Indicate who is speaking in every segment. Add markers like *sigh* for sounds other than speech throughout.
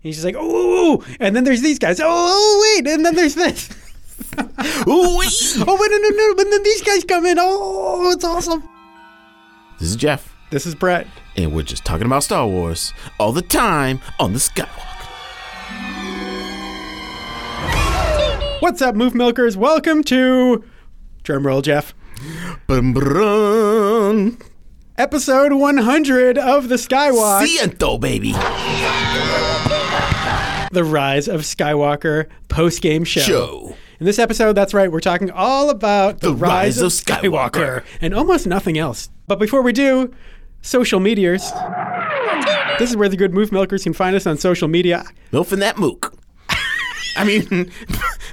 Speaker 1: he's just like, "Oh, oh, oh," and then there's these guys. Oh, oh wait, and then there's this. *laughs*
Speaker 2: Ooh,
Speaker 1: Oh wait, no, no, no, and then these guys come in. Oh, it's awesome.
Speaker 2: this is Jeff,
Speaker 1: This is Brett.
Speaker 2: and we're just talking about Star Wars all the time on the Skywalk.
Speaker 1: What's up, Move Milkers? Welcome to drumroll, Jeff.
Speaker 2: Bum, brun.
Speaker 1: Episode 100 of the Skywalk.
Speaker 2: Ciento, baby.
Speaker 1: The Rise of Skywalker post game show.
Speaker 2: Show.
Speaker 1: In this episode, that's right, we're talking all about the,
Speaker 2: The Rise of Skywalker.
Speaker 1: and almost nothing else. But before we do, social meteors. This is where the good move milkers can find us on social media.
Speaker 2: Milfing that mook. I mean,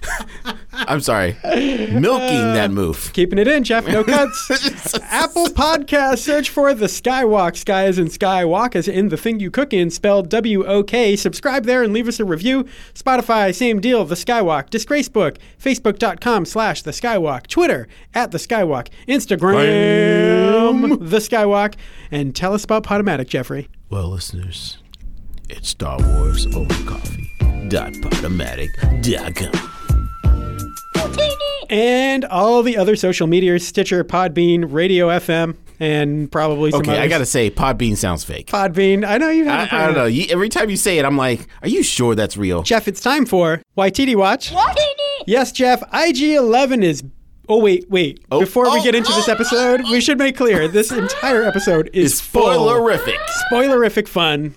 Speaker 2: *laughs* I'm sorry. Milking that moof.
Speaker 1: Keeping it in, Jeff,
Speaker 2: *laughs*
Speaker 1: no cuts. Apple Podcast, search for The Skywalk. Sky is in Skywalk, is in the thing you cook in, spelled W O K. Subscribe there and leave us a review. Spotify, same deal, The Skywalk. Disgrace Book, Facebook.com slash The Skywalk. Twitter, at The Skywalk. Instagram, The Skywalk. And tell us about Potomatic, Jeffrey.
Speaker 2: Well, listeners, it's Star Wars over coffee. Dot podomatic.com.
Speaker 1: And all the other social media, Stitcher, Podbean, Radio FM, and probably some
Speaker 2: Okay, I
Speaker 1: others.
Speaker 2: gotta say, Podbean sounds fake.
Speaker 1: Podbean. I know you
Speaker 2: I,
Speaker 1: have
Speaker 2: I don't know. You, every time you say it, I'm like, are you sure that's real?
Speaker 1: Jeff, it's time for YTD Watch. Yes, Jeff, IG11 is. Oh, wait, wait. Before we
Speaker 2: oh,
Speaker 1: get into this episode, we should make clear this entire episode is full-
Speaker 2: Spoilerific.
Speaker 1: spoilerific fun.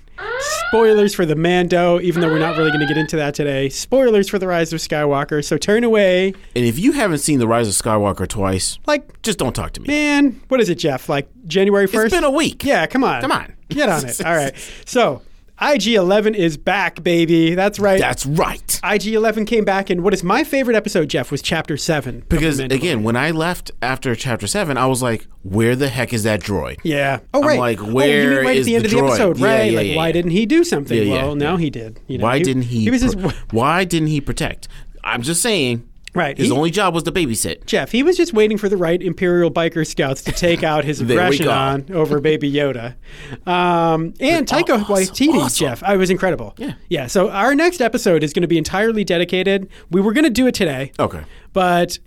Speaker 1: Spoilers for the Mando, even though we're not really going to get into that today. Spoilers for the Rise of Skywalker. So turn away.
Speaker 2: And if you haven't seen The Rise of Skywalker twice,
Speaker 1: Like,
Speaker 2: just don't talk to me.
Speaker 1: man, what is it, Jeff? Like January 1st?
Speaker 2: It's been a week.
Speaker 1: Yeah, come on.
Speaker 2: Come on.
Speaker 1: Get on
Speaker 2: *laughs*
Speaker 1: it. All right. So, IG11 is back, baby. That's right.
Speaker 2: That's right.
Speaker 1: IG11 came back, and what is my favorite episode, Jeff, was Chapter 7. of
Speaker 2: Because
Speaker 1: The Mandalorian.
Speaker 2: again, when I left after chapter seven, I was like, where the heck is that droid?
Speaker 1: Yeah. Oh,
Speaker 2: I'm
Speaker 1: right.
Speaker 2: like,
Speaker 1: Oh, you
Speaker 2: where
Speaker 1: mean right
Speaker 2: is
Speaker 1: at the end
Speaker 2: the
Speaker 1: of the
Speaker 2: droid?
Speaker 1: episode,
Speaker 2: Yeah,
Speaker 1: right?
Speaker 2: yeah,
Speaker 1: like,
Speaker 2: yeah,
Speaker 1: why
Speaker 2: yeah.
Speaker 1: didn't he do something?
Speaker 2: Yeah, yeah,
Speaker 1: well, now
Speaker 2: yeah.
Speaker 1: he did. You know,
Speaker 2: Why didn't he?
Speaker 1: He was just
Speaker 2: pro- why didn't he protect? I'm just saying.
Speaker 1: Right,
Speaker 2: His
Speaker 1: he-
Speaker 2: only job was to
Speaker 1: *laughs*
Speaker 2: babysit.
Speaker 1: Jeff. He was just waiting for the right Imperial biker scouts to take out his
Speaker 2: *laughs* There we
Speaker 1: aggression
Speaker 2: go.
Speaker 1: on over Baby Yoda, um, and Taika
Speaker 2: awesome,
Speaker 1: Waititi.
Speaker 2: awesome.
Speaker 1: Jeff, I was incredible.
Speaker 2: Yeah.
Speaker 1: Yeah. So our next episode is going to be entirely dedicated. We were going to do it today.
Speaker 2: Okay.
Speaker 1: But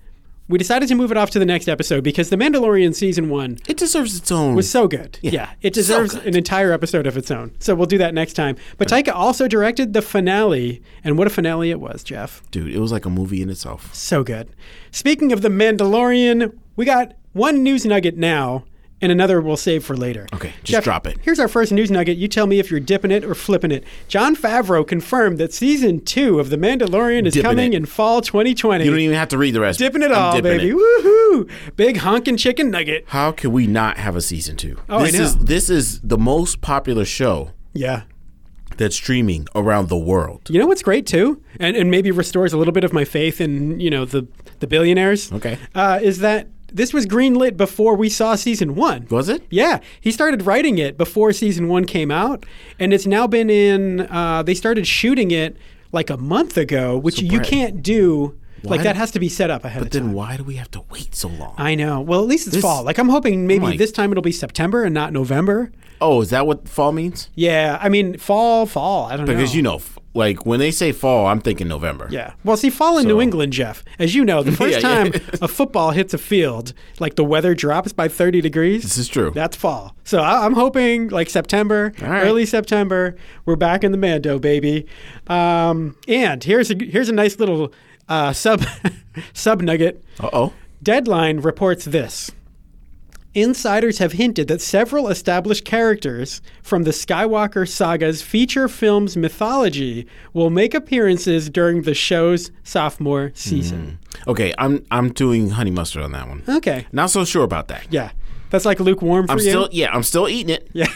Speaker 1: we decided to move it off to the next episode because the Mandalorian season one
Speaker 2: It deserves its own.
Speaker 1: was so good. Yeah, it deserves
Speaker 2: good.
Speaker 1: an entire episode of its own. So we'll do that next time. But Taika also directed the finale, and what a finale it was, Jeff.
Speaker 2: Dude, it was like a movie in itself.
Speaker 1: *laughs* So good. Speaking of the Mandalorian, we got one news nugget now. And another we'll save for later.
Speaker 2: Okay, just
Speaker 1: Jeff,
Speaker 2: drop it.
Speaker 1: Here's our first news nugget. You tell me if you're dipping it or flipping it. John Favreau confirmed that season two of The Mandalorian is
Speaker 2: Dipping
Speaker 1: coming
Speaker 2: it.
Speaker 1: in fall 2020.
Speaker 2: You don't even have to read the rest.
Speaker 1: dipping it
Speaker 2: I'm
Speaker 1: all,
Speaker 2: dipping
Speaker 1: baby.
Speaker 2: it.
Speaker 1: Woohoo! Big honkin' chicken nugget.
Speaker 2: How can we not have a season two?
Speaker 1: Oh, I
Speaker 2: this is
Speaker 1: know.
Speaker 2: this is the most popular show
Speaker 1: Yeah.
Speaker 2: that's streaming around the world.
Speaker 1: You know what's great too, and and maybe restores a little bit of my faith in you know the the billionaires.
Speaker 2: Okay.
Speaker 1: uh, is that this was greenlit before we saw season one?
Speaker 2: Was it?
Speaker 1: Yeah, he started writing it before season one came out, and it's now been in. Uh, they started shooting it like a month ago, which you
Speaker 2: Brett,
Speaker 1: can't do. Like
Speaker 2: why-
Speaker 1: that has to be set up ahead of time.
Speaker 2: Then why do we have to wait so long?
Speaker 1: I know. Well, at least it's fall. Like I'm hoping maybe
Speaker 2: Mike.
Speaker 1: this time it'll be September and not November.
Speaker 2: oh, is that what fall means?
Speaker 1: Yeah, I mean fall, fall. I don't know.
Speaker 2: Because you know, f- like when they say fall, I'm thinking November.
Speaker 1: Yeah. Well, see, fall in New England, Jeff, as you know, the first
Speaker 2: *laughs* Yeah, yeah.
Speaker 1: time a football hits a field, like the weather drops by 30 degrees.
Speaker 2: This is true.
Speaker 1: That's fall. So I, I'm hoping like September,
Speaker 2: right.
Speaker 1: early September, we're back in the Mando, baby. Um, and here's a, here's a nice little uh, sub *laughs* sub nugget.
Speaker 2: Uh oh.
Speaker 1: Deadline reports this. Insiders have hinted that several established characters from the Skywalker saga's feature film's mythology will make appearances during the show's sophomore season.
Speaker 2: Okay, I'm I'm doing honey mustard on that one.
Speaker 1: Okay.
Speaker 2: Not so sure about that.
Speaker 1: Yeah. That's like lukewarm for
Speaker 2: Mm. I'm
Speaker 1: you.
Speaker 2: still yeah, I'm still eating it.
Speaker 1: yeah.
Speaker 2: *laughs*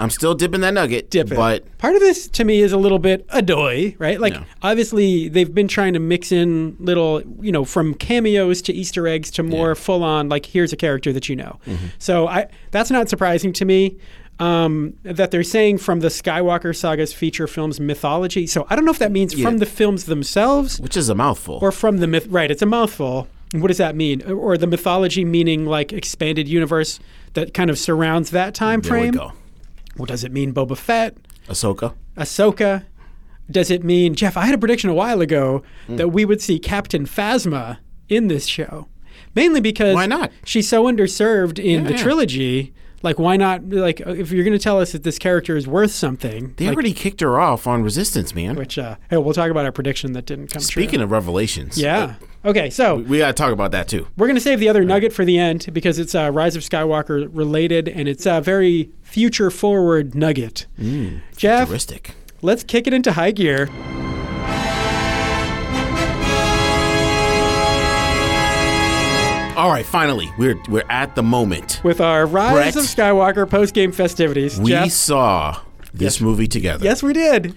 Speaker 2: I'm still dipping that nugget.
Speaker 1: Dip it.
Speaker 2: But
Speaker 1: Part of this to me is a little bit adoy, right? Like, obviously, they've been trying to mix in little, you know, from cameos to Easter eggs to more full on, like, here's a character that you know.
Speaker 2: Mm-hmm.
Speaker 1: So I that's not surprising to me um, that they're saying from the Skywalker saga's feature film's mythology. So I don't know if that means from the films themselves
Speaker 2: which is a mouthful.
Speaker 1: or from the myth. Right, it's a mouthful. What does that mean? Or- Or the mythology meaning, like, expanded universe that kind of surrounds that time
Speaker 2: there
Speaker 1: frame?
Speaker 2: we go.
Speaker 1: Well, does it mean Boba Fett?
Speaker 2: Ahsoka.
Speaker 1: Ahsoka. does it mean, Jeff? I had a prediction a while ago
Speaker 2: Hmm.
Speaker 1: that we would see Captain Phasma in this show, mainly because
Speaker 2: Why not?
Speaker 1: She's so underserved in the
Speaker 2: yeah.
Speaker 1: trilogy. Like, why not? Like, uh, if you're going to tell us that this character is worth something,
Speaker 2: They already kicked her off on Resistance, man.
Speaker 1: which uh, hey, we'll talk about our prediction that didn't come true.
Speaker 2: Speaking of Revelations,
Speaker 1: Yeah. Okay, so
Speaker 2: we gotta talk about that too.
Speaker 1: we're going to save the other nugget for the end because it's uh, Rise of Skywalker related and it's a very future forward nugget. Jeff,
Speaker 2: Hmm, Futuristic.
Speaker 1: let's kick it into high gear.
Speaker 2: All right, finally, we're we're at the moment.
Speaker 1: with our Rise
Speaker 2: Brett.
Speaker 1: of Skywalker post game festivities.
Speaker 2: We
Speaker 1: Jeff,
Speaker 2: saw this movie together,
Speaker 1: yes, we did.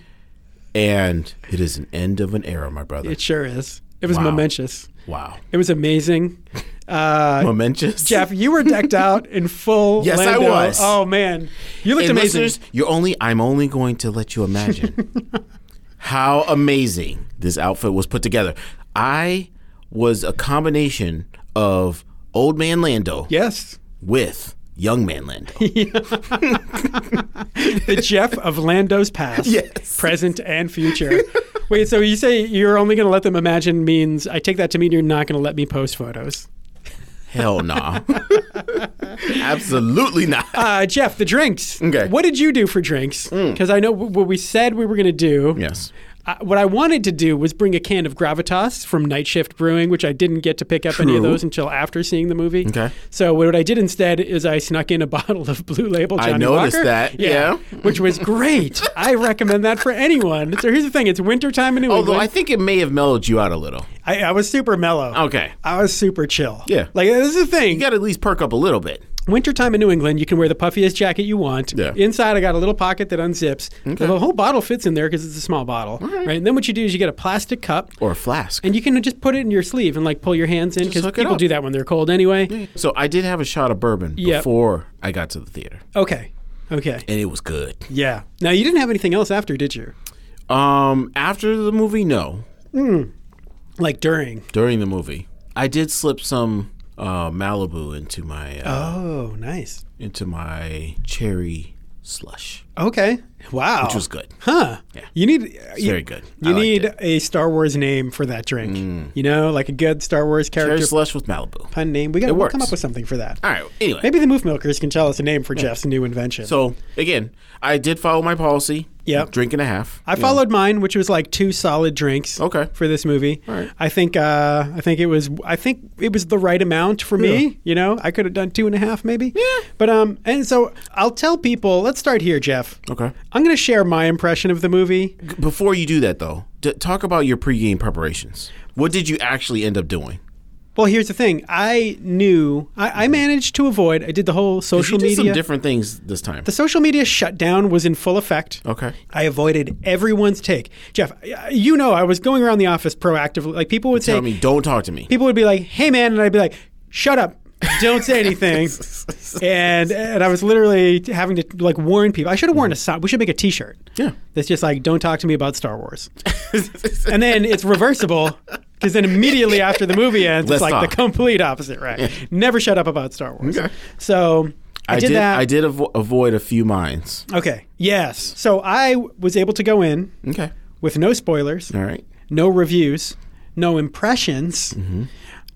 Speaker 2: and it is an end of an era, my brother.
Speaker 1: It sure is. It was
Speaker 2: Wow.
Speaker 1: momentous.
Speaker 2: wow,
Speaker 1: It was
Speaker 2: *laughs*
Speaker 1: amazing. Uh,
Speaker 2: momentous.
Speaker 1: Jeff, you were decked out in full.
Speaker 2: Yes, I
Speaker 1: Lando.
Speaker 2: was.
Speaker 1: Oh man, you looked
Speaker 2: and
Speaker 1: amazing.
Speaker 2: listeners, you're only I'm only going to let you imagine
Speaker 1: *laughs*
Speaker 2: how amazing this outfit was put together. I was a combination of old man Lando
Speaker 1: Yes,
Speaker 2: with young man
Speaker 1: *laughs*
Speaker 2: Lando.
Speaker 1: the Jeff of Lando's past,
Speaker 2: *laughs* Yes.
Speaker 1: present, and future. Wait, so you say you're only going to let them imagine means I take that to mean you're not going to let me post photos.
Speaker 2: Hell nah. *laughs* Absolutely not.
Speaker 1: Uh, Jeff, the drinks.
Speaker 2: Okay. Hmm.
Speaker 1: What did you do for drinks? Because I know w- what we said we were going to do.
Speaker 2: yes.
Speaker 1: I, what I wanted to do was bring a can of Gravitas from Night Shift Brewing, which I didn't get to pick up any of
Speaker 2: True.
Speaker 1: those until after seeing the movie.
Speaker 2: Okay.
Speaker 1: So what I did instead is I snuck in a *laughs* bottle of Blue Label
Speaker 2: I
Speaker 1: Johnny
Speaker 2: noticed
Speaker 1: Walker.
Speaker 2: that,
Speaker 1: Which was
Speaker 2: *laughs*
Speaker 1: great. I recommend that for anyone. So here's the thing: it's wintertime in New
Speaker 2: Although I
Speaker 1: England.
Speaker 2: think it may have mellowed you out a little.
Speaker 1: I, I was super mellow.
Speaker 2: Okay.
Speaker 1: I was super chill.
Speaker 2: Yeah.
Speaker 1: Like this is the thing.
Speaker 2: You got to at least perk up a little bit.
Speaker 1: Wintertime in New England, you can wear the puffiest jacket you want.
Speaker 2: Yeah.
Speaker 1: Inside, I got a little pocket that unzips. The whole bottle fits in there because it's a small bottle. Right. And then what you do is you get a plastic cup.
Speaker 2: Or a flask.
Speaker 1: And you can just put it in your sleeve and like pull your hands in because
Speaker 2: hook it
Speaker 1: people
Speaker 2: up.
Speaker 1: do that when they're cold anyway.
Speaker 2: So I did have a shot of bourbon
Speaker 1: Yep.
Speaker 2: before I got to the theater,
Speaker 1: Okay. Okay.
Speaker 2: and it was good.
Speaker 1: Yeah. Now you didn't have anything else after, did you?
Speaker 2: Um, after the movie, no.
Speaker 1: Like during.
Speaker 2: During the movie, I did slip some uh, Malibu into my uh,
Speaker 1: Oh, nice.
Speaker 2: into my cherry slush,
Speaker 1: Okay. Wow.
Speaker 2: which was good.
Speaker 1: Huh. *laughs* You need
Speaker 2: It's very good. I
Speaker 1: you
Speaker 2: liked
Speaker 1: need
Speaker 2: it. Mm.
Speaker 1: a Star Wars name for that drink. You know, like a good Star Wars character
Speaker 2: cherry slush with Malibu.
Speaker 1: pun name. We got to
Speaker 2: works.
Speaker 1: come up with something for that.
Speaker 2: All right. Anyway,
Speaker 1: Maybe the Moof Milkers can tell us a name for Jeff's new invention.
Speaker 2: so again, I did follow my policy.
Speaker 1: Yep.
Speaker 2: drink and a half.
Speaker 1: I followed mine, which was like two solid drinks.
Speaker 2: Okay.
Speaker 1: For this movie,
Speaker 2: right.
Speaker 1: I think uh, I think it was I think it was the right amount for me. You know, I could have done two and a half maybe. Yeah. But um, and so I'll tell people. Let's start here, Jeff.
Speaker 2: Okay.
Speaker 1: I'm going to share my impression of the movie.
Speaker 2: Before you do that, though, d- talk about your pregame preparations. What did you actually end up doing?
Speaker 1: Well, here's the thing. I knew I, I managed to avoid. I did the whole social
Speaker 2: You did some
Speaker 1: media.
Speaker 2: different things this time.
Speaker 1: the social media shutdown was in full effect.
Speaker 2: Okay.
Speaker 1: I avoided everyone's take. Jeff, you know, I was going around the office proactively. Like people would say,
Speaker 2: Tell me, don't
Speaker 1: *laughs*
Speaker 2: talk to me.
Speaker 1: people would be like, "Hey, man," and I'd be like, "Shut up." Don't say
Speaker 2: *laughs*
Speaker 1: anything, and and I was literally having to like warn people. I should have worn a sign. We should make a T-shirt.
Speaker 2: Mm-hmm. Yeah.
Speaker 1: that's just like don't talk to me about Star Wars. and then it's reversible because then immediately after the movie ends,
Speaker 2: Let's
Speaker 1: it's like
Speaker 2: talk.
Speaker 1: the complete opposite. Right? Never shut up about Star Wars.
Speaker 2: Okay.
Speaker 1: So I, did, that.
Speaker 2: I did avo- avoid a few mines.
Speaker 1: Okay. Yes. So I was able to go in
Speaker 2: Okay.
Speaker 1: with no spoilers
Speaker 2: All right.
Speaker 1: no reviews, no impressions,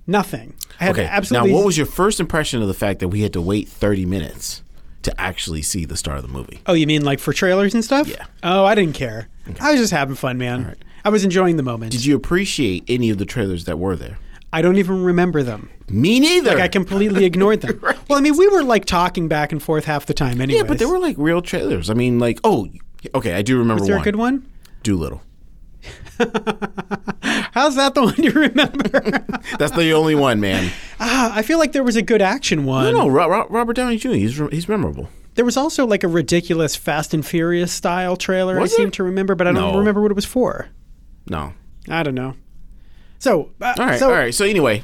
Speaker 1: nothing. I had
Speaker 2: Mm-hmm. Okay.
Speaker 1: absolutely.
Speaker 2: Now, what was your first impression of the fact that we had to wait 30 minutes to actually see the start of the movie?
Speaker 1: oh, you mean like for trailers and stuff?
Speaker 2: Yeah.
Speaker 1: Oh, I didn't care. I was just having fun, man. I was enjoying the moment.
Speaker 2: Did you appreciate any of the trailers that were there?
Speaker 1: I don't even remember them.
Speaker 2: Me neither.
Speaker 1: Like I completely
Speaker 2: *laughs*
Speaker 1: ignored them. Well, I mean, we were like talking back and forth half the time, anyway.
Speaker 2: yeah, but there were like real trailers. I mean, like, oh, okay, I do remember
Speaker 1: Is there
Speaker 2: one.
Speaker 1: a good one?
Speaker 2: Doolittle.
Speaker 1: How's that the *laughs* one you remember?
Speaker 2: That's the only
Speaker 1: *laughs*
Speaker 2: one, man.
Speaker 1: ah, I feel like there was a good action one.
Speaker 2: No, Ro- Ro- Robert Downey Jr. He's re- he's memorable.
Speaker 1: There was also like a ridiculous Fast and Furious style trailer.
Speaker 2: Was
Speaker 1: I seem
Speaker 2: there?
Speaker 1: to remember, but I don't
Speaker 2: No.
Speaker 1: remember what it was for.
Speaker 2: No.
Speaker 1: I don't know. So, uh,
Speaker 2: All right.
Speaker 1: so
Speaker 2: all right. So anyway,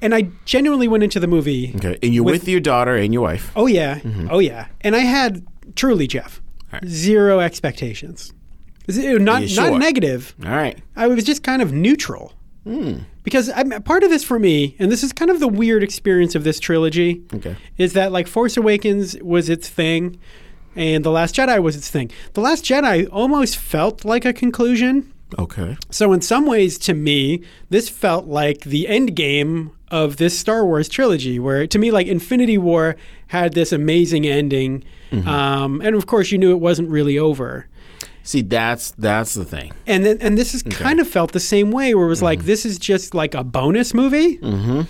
Speaker 1: and I genuinely went into the movie.
Speaker 2: okay, and you're with, your daughter and your wife.
Speaker 1: Oh yeah, oh yeah, and I had truly Jeff
Speaker 2: Mm-hmm. right.
Speaker 1: zero expectations. Z- Not
Speaker 2: Yeah, sure.
Speaker 1: not negative.
Speaker 2: All right.
Speaker 1: I was just kind of neutral.
Speaker 2: Hmm.
Speaker 1: Because I, part of this for me, and this is kind of the weird experience of this trilogy,
Speaker 2: Okay.
Speaker 1: is that like Force Awakens was its thing. and The Last Jedi was its thing. The Last Jedi almost felt like a conclusion.
Speaker 2: Okay.
Speaker 1: So in some ways, to me, this felt like the end game of this Star Wars trilogy, where to me, like Infinity War had this amazing ending,
Speaker 2: Mm-hmm.
Speaker 1: um, and of course, you knew it wasn't really over.
Speaker 2: See, that's that's the thing.
Speaker 1: And then, and this is kind of felt the same way, where it was like,
Speaker 2: Mm-hmm.
Speaker 1: this is just like a bonus movie.
Speaker 2: Okay.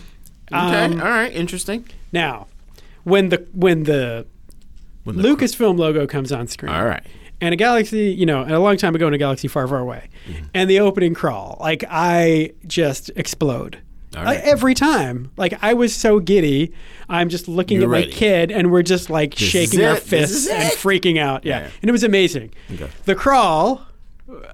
Speaker 1: Um,
Speaker 2: All right. Interesting.
Speaker 1: Now, when the when the
Speaker 2: When the-
Speaker 1: Lucasfilm logo comes on screen,
Speaker 2: All right.
Speaker 1: and a galaxy, you know, and a long time ago in a galaxy far, far away,
Speaker 2: Mm-hmm.
Speaker 1: and the opening crawl, like I just explode.
Speaker 2: All
Speaker 1: Like,
Speaker 2: right.
Speaker 1: every time, like I was so giddy, I'm just looking
Speaker 2: You're
Speaker 1: at
Speaker 2: ready.
Speaker 1: my kid, and we're just like shaking
Speaker 2: is
Speaker 1: our
Speaker 2: it. This is
Speaker 1: fists and
Speaker 2: it.
Speaker 1: freaking out. Yeah,
Speaker 2: Yeah.
Speaker 1: and it was amazing.
Speaker 2: Okay.
Speaker 1: The crawl,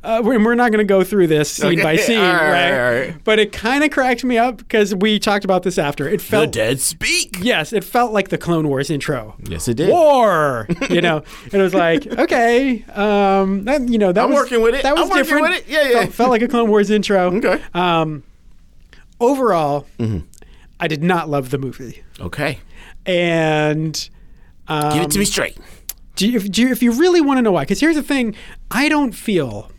Speaker 1: uh, we're, we're not going to go through this scene
Speaker 2: Okay. *laughs*
Speaker 1: by scene,
Speaker 2: All right,
Speaker 1: right?
Speaker 2: all right.
Speaker 1: But it kind of cracked me up because we talked about this after. It
Speaker 2: The
Speaker 1: felt
Speaker 2: dead speak.
Speaker 1: Yes, it felt like the Clone Wars intro.
Speaker 2: Yes, it
Speaker 1: *laughs*
Speaker 2: did.
Speaker 1: War, you know, and it was like, okay, um, that, you know, that
Speaker 2: I'm
Speaker 1: was
Speaker 2: working with it.
Speaker 1: That was
Speaker 2: I'm working
Speaker 1: different.
Speaker 2: with it. Yeah, yeah.
Speaker 1: Felt, felt like a Clone Wars intro.
Speaker 2: Okay. Mm-hmm.
Speaker 1: Um, overall, I did not love the movie,
Speaker 2: Okay.
Speaker 1: and um,
Speaker 2: Give it to me straight.
Speaker 1: do you, if, do you, if you really want to know why, because here's the thing, I don't feel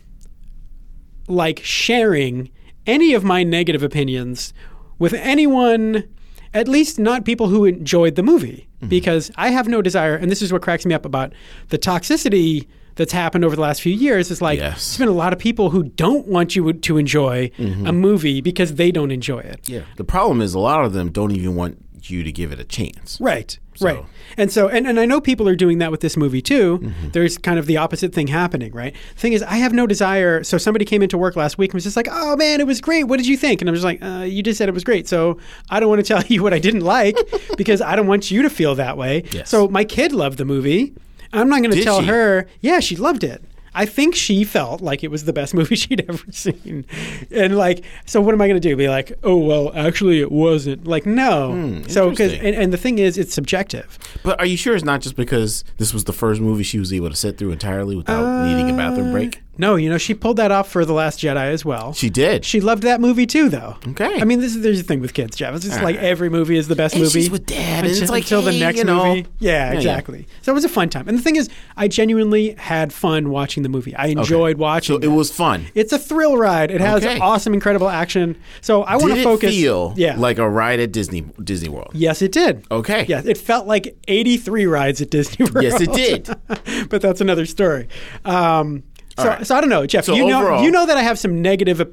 Speaker 1: like sharing any of my negative opinions with anyone, at least not people who enjoyed the movie,
Speaker 2: Mm-hmm.
Speaker 1: because I have no desire, and this is what cracks me up about the toxicity that's happened over the last few years is like
Speaker 2: Yes.
Speaker 1: there's been a lot of people who don't want you to enjoy a movie because they don't enjoy it.
Speaker 2: Mm-hmm. Yeah. The problem is a lot of them don't even want you to give it a chance.
Speaker 1: Right. Right. And so and, and I know people are doing that with this movie too.
Speaker 2: Mm-hmm.
Speaker 1: There's kind of the opposite thing happening, right? Thing is I have no desire so somebody came into work last week and was just like, Oh man, it was great. What did you think? And I'm just like, uh, you just said it was great. So I don't want to *laughs* tell you what I didn't like *laughs* because I don't want you to feel that way.
Speaker 2: Yes.
Speaker 1: So my kid loved the movie. I'm not gonna
Speaker 2: Did
Speaker 1: tell
Speaker 2: she?
Speaker 1: her, yeah, she loved it. I think she felt like it was the best *laughs* movie she'd ever seen. And like, so what am I going to do? Be like, oh, well, actually, it wasn't. Like, no.
Speaker 2: Hmm,
Speaker 1: so, because,
Speaker 2: interesting.
Speaker 1: and, and the thing is, it's subjective.
Speaker 2: But are you sure it's not just because this was the first movie she was able to sit through entirely without
Speaker 1: Uh,
Speaker 2: needing a bathroom break?
Speaker 1: No, you know, she pulled that off for The Last Jedi as well.
Speaker 2: She did.
Speaker 1: She loved that movie too, though.
Speaker 2: Okay.
Speaker 1: I mean, this is there's the thing with kids, Jeff. It's just like every movie is the best
Speaker 2: And
Speaker 1: movie.
Speaker 2: she's with dad, and it's like,
Speaker 1: until
Speaker 2: hey,
Speaker 1: the next
Speaker 2: you know.
Speaker 1: movie. Yeah,
Speaker 2: yeah.
Speaker 1: exactly. So it was a fun time. And the thing is, I genuinely had fun watching the movie. I enjoyed watching.
Speaker 2: so it was fun.
Speaker 1: It's a thrill ride. It has
Speaker 2: Okay.
Speaker 1: awesome, incredible action. So I want
Speaker 2: Did
Speaker 1: to
Speaker 2: it
Speaker 1: focus.
Speaker 2: feel
Speaker 1: yeah.
Speaker 2: like a ride at Disney Disney World?
Speaker 1: yes, it did.
Speaker 2: Okay.
Speaker 1: Yes, it felt like 83 rides at Disney World.
Speaker 2: *laughs* Yes, it
Speaker 1: *laughs*
Speaker 2: did.
Speaker 1: but that's another story. Um, so,
Speaker 2: right.
Speaker 1: so I don't know, Jeff.
Speaker 2: So
Speaker 1: you know,
Speaker 2: overall-
Speaker 1: you know that I have some negative uh,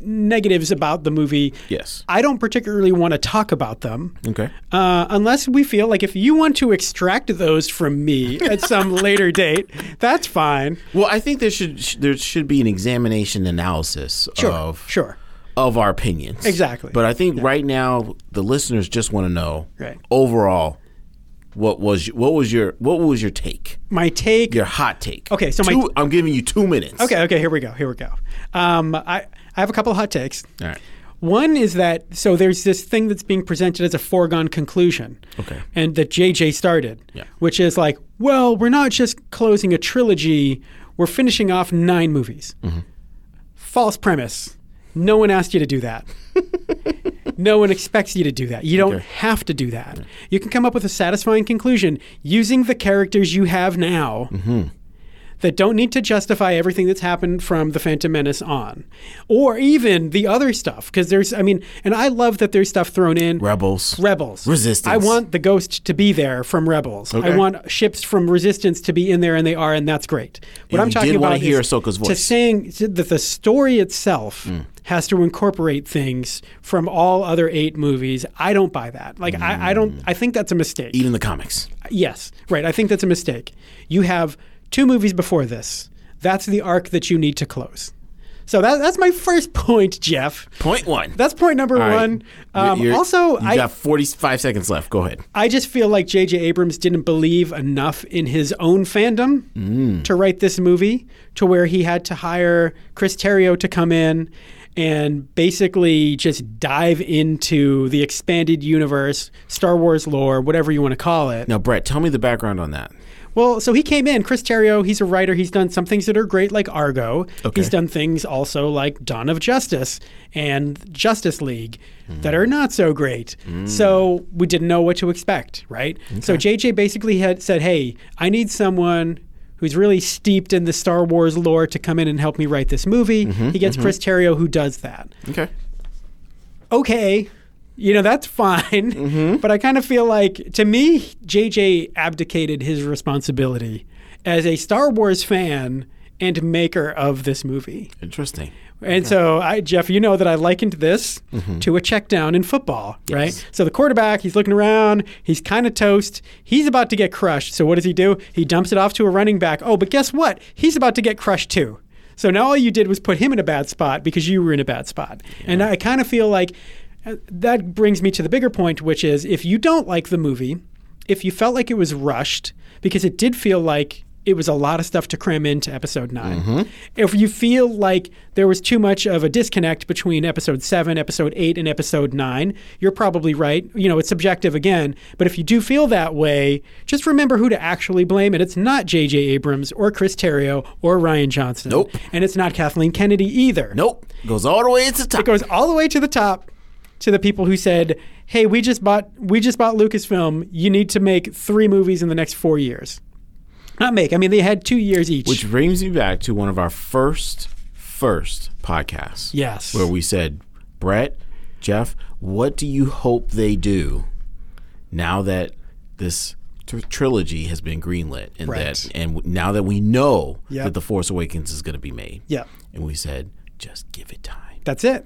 Speaker 1: negatives about the movie.
Speaker 2: Yes.
Speaker 1: I don't particularly want to talk about them.
Speaker 2: Okay.
Speaker 1: Uh, unless we feel like if you want to extract those from
Speaker 2: *laughs*
Speaker 1: me at some later date, that's fine.
Speaker 2: Well, I think there should sh- there should be an examination analysis of
Speaker 1: Sure.
Speaker 2: of our opinions.
Speaker 1: Exactly.
Speaker 2: But I think right now the listeners just want to know
Speaker 1: Right.
Speaker 2: overall what was y- what was your what was your take?
Speaker 1: My take
Speaker 2: Your hot take.
Speaker 1: Okay, so my-
Speaker 2: two, I'm giving you 2 minutes.
Speaker 1: Okay, okay, here we go. Here we go. Um, I, I have a couple of hot takes.
Speaker 2: All right.
Speaker 1: One is that so there's this thing that's being presented as a foregone conclusion.
Speaker 2: Okay.
Speaker 1: And that JJ started.
Speaker 2: Yeah.
Speaker 1: Which is like, well, we're not just closing a trilogy, we're finishing off nine movies.
Speaker 2: Mm-hmm.
Speaker 1: False premise. No one asked you to do that. No one expects you to do that. You don't have to do that. You can come up with a satisfying conclusion using the characters you have now that don't need to justify everything that's happened from the Phantom Menace on, or even the other stuff. Because there's, I mean, and I love that there's stuff thrown in.
Speaker 2: Rebels.
Speaker 1: Rebels.
Speaker 2: Resistance.
Speaker 1: I want the ghost to be there from Rebels.
Speaker 2: Okay.
Speaker 1: I want ships from Resistance to be in there, and they are, and that's great. What
Speaker 2: And
Speaker 1: I'm
Speaker 2: you
Speaker 1: talking
Speaker 2: did wanna
Speaker 1: about
Speaker 2: hear
Speaker 1: is
Speaker 2: Ahsoka's
Speaker 1: to
Speaker 2: voice. Mm.
Speaker 1: saying that the story itself has to incorporate things from all other eight movies. I don't buy that. Like I, I don't. I think that's a mistake.
Speaker 2: Mm. even the comics.
Speaker 1: Yes, right. I think that's a mistake. You have two movies before this. That's the arc that you need to close. So that, that's my first *laughs* point, Jeff.
Speaker 2: Point 1.
Speaker 1: That's point number
Speaker 2: All right.
Speaker 1: one.
Speaker 2: You're-
Speaker 1: Um,
Speaker 2: you're-
Speaker 1: also,
Speaker 2: you
Speaker 1: I,
Speaker 2: got 45 seconds left. Go ahead.
Speaker 1: I just feel like J.J. Abrams didn't believe enough in his own fandom to write this movie to where he had to hire Chris Terrio to come in and basically just dive into the expanded universe, Star Wars lore, whatever you want to call it.
Speaker 2: Now, Brett, tell me the background on that.
Speaker 1: Well, so he came in. Chris Terrio, he's a writer. He's done some things that are great, like Argo. He's done things also like Dawn of Justice and Justice League that are not so great. So we didn't know what to expect, right? So JJ basically had said, "Hey, I need someone." Who's really steeped in the Star Wars lore to come in and help me write this movie? he gets Chris Terrio, who does that
Speaker 2: Okay.
Speaker 1: okay, you know, that's *laughs* fine. But I kind of feel like, to me, JJ abdicated his responsibility as a Star Wars fan and maker of this movie.
Speaker 2: Interesting.
Speaker 1: And so, I, Jeff, you know that I likened this to a check down in football, right? So the quarterback, he's looking around, he's kind of toast, he's about to get crushed. So what does he do? He dumps it off to a running back. Oh, but guess what? He's about to get crushed too. So now all you did was put him in a bad spot because you were in a bad spot. And I kind of feel like uh, that brings me to the bigger point, which is if you don't like the movie, if you felt like it was rushed, because it did feel like it was a lot of stuff to cram into episode 9 If you feel like there was too much of a disconnect between episode seven, episode eight, and episode nine, you're probably right. You know, it's subjective again, but if you do feel that way, just remember who to actually blame. And it's not J.J. Abrams or Chris Terrio or Ryan Johnson.
Speaker 2: Nope.
Speaker 1: And it's not Kathleen Kennedy either.
Speaker 2: Nope. Goes all the way to the top.
Speaker 1: It goes all the way to the top to the people who said, "Hey, we just bought we just bought Lucasfilm. You need to make three movies in the next four years." Not make. I mean, they had two years each.
Speaker 2: Which brings me back to one of our first, first podcasts.
Speaker 1: Yes.
Speaker 2: Where we said, Brett, Jeff, what do you hope they do now that this tr- trilogy has been greenlit and
Speaker 1: Right.
Speaker 2: that and w- now that we know
Speaker 1: Yep.
Speaker 2: that the Force Awakens is going to be made?
Speaker 1: yeah,
Speaker 2: And we said, just give it time.
Speaker 1: that's it.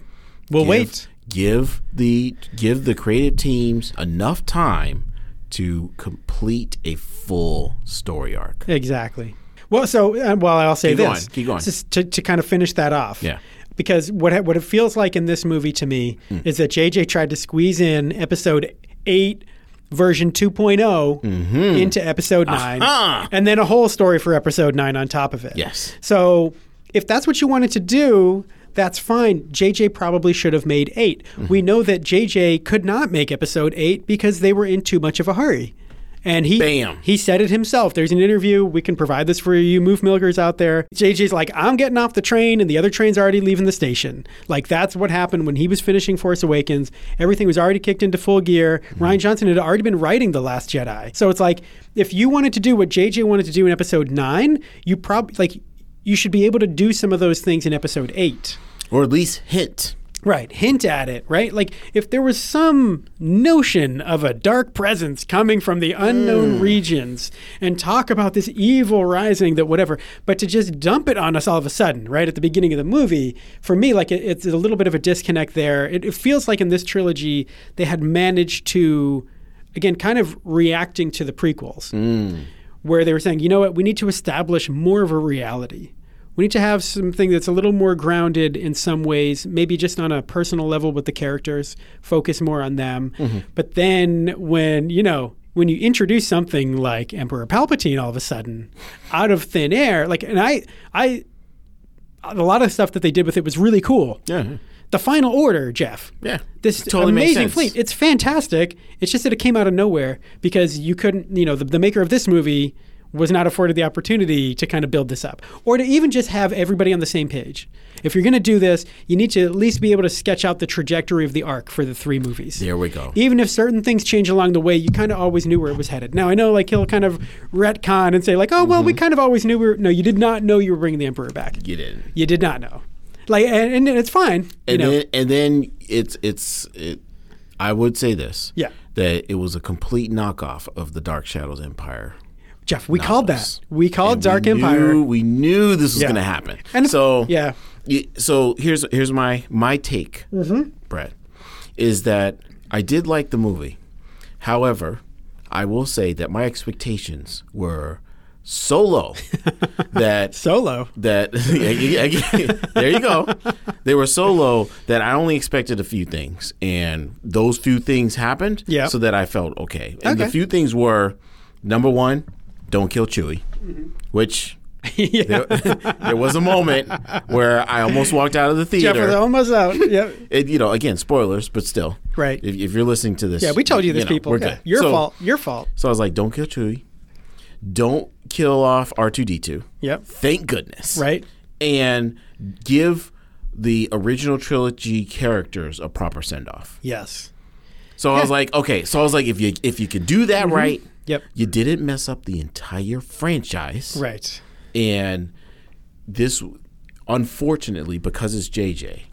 Speaker 1: We'll
Speaker 2: Give-
Speaker 1: wait.
Speaker 2: Give the give the creative teams enough time to complete a full story arc.
Speaker 1: Exactly. Well, so uh, well, I'll say
Speaker 2: Keep
Speaker 1: this.
Speaker 2: going, keep going.
Speaker 1: Just to, to kind of finish that off.
Speaker 2: Yeah. Hmm.
Speaker 1: Because what it- what it feels like in this movie to me is that JJ tried to squeeze in episode eight, version 2.0 into episode 9
Speaker 2: Mm-hmm. Uh-huh.
Speaker 1: and then a whole story for episode nine on top of it.
Speaker 2: Yes.
Speaker 1: So if that's what you wanted to do, that's fine. JJ probably should have made 8
Speaker 2: Mm-hmm.
Speaker 1: We know that JJ could not make episode eight because they were in too much of a hurry. And he
Speaker 2: Bam.
Speaker 1: he said it himself. There's an interview. We can provide this for you, move milkers out there. JJ's like, I'm getting off the train, and the other train's already leaving the station. Like that's what happened when he was finishing Force Awakens. Everything was already kicked into full gear. Ryan Johnson had already been writing The Last Jedi. So it's like, if you wanted to do what JJ wanted to do in Episode Nine, you probably like you should be able to do some of those things in Episode Eight.
Speaker 2: Or at least hint.
Speaker 1: Right. Hint at it, right? Like if there was some notion of a dark presence coming from the unknown regions and talk about this evil rising that whatever, but to just dump it on us all of a sudden, right at the beginning of the movie, for me, like it, it's a little bit of a disconnect there. It, it feels like in this trilogy, they had managed to, again, kind of reacting to the prequels where they were saying, you know what, we need to establish more of a reality. We need to have something that's a little more grounded in some ways, maybe just on a personal level with the characters, focus more on them. But then when, you know, when you introduce something like Emperor Palpatine all of a sudden out of thin air, like and I I a lot of stuff that they did with it was really cool.
Speaker 2: Yeah.
Speaker 1: The Final Order, Jeff.
Speaker 2: Yeah.
Speaker 1: This
Speaker 2: Totally makes
Speaker 1: amazing
Speaker 2: sense.
Speaker 1: fleet. It's fantastic. It's just that it came out of nowhere because you couldn't, you know, the, the maker of this movie was not afforded the opportunity to kind of build this up or to even just have everybody on the same page. If you're going to do this, you need to at least be able to sketch out the trajectory of the arc for the three movies.
Speaker 2: There we go.
Speaker 1: Even if certain things change along the way, you kind of always knew where it was headed. Now, I know like he'll kind of retcon and say like, "Oh, well, we
Speaker 2: Mm-hmm.
Speaker 1: kind of always knew we were No, you did not know you were bringing the emperor back.
Speaker 2: You did.
Speaker 1: You did not know. Like and, and it's fine, you
Speaker 2: and
Speaker 1: know.
Speaker 2: then and then it's it's it, I would say this.
Speaker 1: Yeah.
Speaker 2: That it was a complete knockoff of the Dark Shadows Empire.
Speaker 1: Jeff, we called that.
Speaker 2: novels.
Speaker 1: We called
Speaker 2: And
Speaker 1: Dark
Speaker 2: we
Speaker 1: Empire.
Speaker 2: Knew, we knew this was
Speaker 1: Yeah.
Speaker 2: going to happen.
Speaker 1: And-
Speaker 2: And so
Speaker 1: yeah.
Speaker 2: y- So here's here's my my take,
Speaker 1: Mm-hmm.
Speaker 2: Brett, is that I did like the movie. However, I will say that my expectations were so
Speaker 1: *laughs*
Speaker 2: low that
Speaker 1: Solo.
Speaker 2: that *laughs* there you go. They were so low that I only expected a few things, and those few things happened.
Speaker 1: Yeah.
Speaker 2: So that I felt okay. And
Speaker 1: Okay.
Speaker 2: the few things were number one, don't kill Chewie, which.
Speaker 1: Mm-hmm. *laughs* yeah.
Speaker 2: there, *laughs* there was a moment where I almost walked out of the
Speaker 1: Jeff, we're
Speaker 2: theater.
Speaker 1: almost
Speaker 2: *laughs*
Speaker 1: out. Yep.
Speaker 2: It, you know, again, spoilers, but still,
Speaker 1: Right.
Speaker 2: If, if you're listening to this,
Speaker 1: Yeah, we told you this,
Speaker 2: know,
Speaker 1: people.
Speaker 2: We're
Speaker 1: Yeah.
Speaker 2: good.
Speaker 1: Your
Speaker 2: So-
Speaker 1: fault. Your fault.
Speaker 2: so I was like, don't kill Chewie. Don't kill off R2D2.
Speaker 1: Yep.
Speaker 2: Thank goodness.
Speaker 1: Right.
Speaker 2: And give the original trilogy characters a proper send off.
Speaker 1: Yes.
Speaker 2: So I was like, okay. So I was like, if you if you could do that right,
Speaker 1: Mm-hmm. Yep.
Speaker 2: you didn't mess up the entire franchise.
Speaker 1: Right.
Speaker 2: And this, unfortunately, because it's JJ,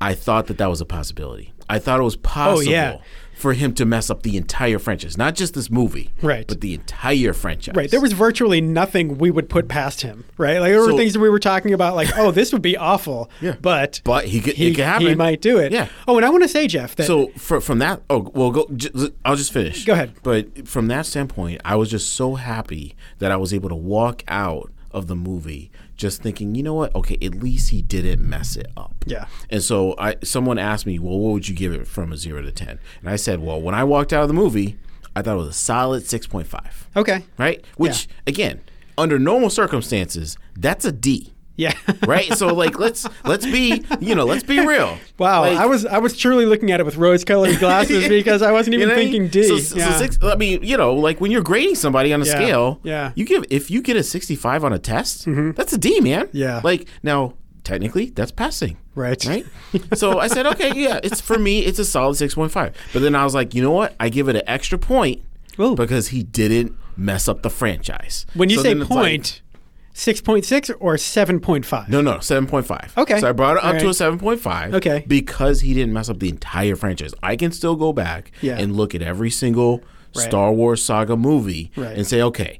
Speaker 2: I thought that that was a possibility. I thought it was possible
Speaker 1: Oh, yeah.
Speaker 2: for him to mess up the entire franchise, not just this movie,
Speaker 1: Right.
Speaker 2: But the entire franchise,
Speaker 1: Right. There was virtually nothing we would put past him. Right. Like there were
Speaker 2: So-
Speaker 1: things that we were talking about, like, oh, this would be awful.
Speaker 2: *laughs* Yeah.
Speaker 1: But
Speaker 2: But he could,
Speaker 1: he,
Speaker 2: it could happen.
Speaker 1: he might do it.
Speaker 2: Yeah.
Speaker 1: Oh, and I want to say, Jeff, that
Speaker 2: So fr from that, oh well, go. J- I'll just finish.
Speaker 1: Go ahead.
Speaker 2: But from that standpoint, I was just so happy that I was able to walk out of the movie just thinking, you know what? Okay, at least he didn't mess it up.
Speaker 1: Yeah.
Speaker 2: And so I, someone asked me, well, what would you give it from a zero to ten? And I said, well, when I walked out of the movie, I thought it was a solid six point five.
Speaker 1: okay.
Speaker 2: Right. Which again, under normal circumstances, that's a D.
Speaker 1: Yeah. *laughs*
Speaker 2: Right. so like, let's let's be you know let's be real.
Speaker 1: *laughs* Wow,
Speaker 2: Like-
Speaker 1: I was I was truly looking at it with rose-colored glasses
Speaker 2: *laughs*
Speaker 1: because I wasn't
Speaker 2: You
Speaker 1: even
Speaker 2: know what I mean?
Speaker 1: thinking D.
Speaker 2: So, so
Speaker 1: yeah.
Speaker 2: six, I mean, you know, like when you're grading somebody on a
Speaker 1: Yeah.
Speaker 2: scale,
Speaker 1: Yeah. Mm-hmm.
Speaker 2: you give if you get a 65 on a test, that's a D, man.
Speaker 1: Yeah.
Speaker 2: Like now, technically, that's passing.
Speaker 1: Right.
Speaker 2: Right. so I said, okay, yeah, it's for me, it's a solid 6.5. But then I was like, you know what? I give it an extra point
Speaker 1: Ooh.
Speaker 2: because he didn't mess up the franchise.
Speaker 1: when you
Speaker 2: So
Speaker 1: say
Speaker 2: then it's like-
Speaker 1: point, six point six or seven point five?
Speaker 2: no, no, seven point five.
Speaker 1: Okay.
Speaker 2: So I brought it up
Speaker 1: All
Speaker 2: to a
Speaker 1: right.
Speaker 2: seven point five.
Speaker 1: Okay.
Speaker 2: Because he didn't mess up the entire franchise, I can still go back
Speaker 1: Yeah.
Speaker 2: and look at every single
Speaker 1: Right.
Speaker 2: Star Wars saga movie
Speaker 1: Right.
Speaker 2: and say, okay,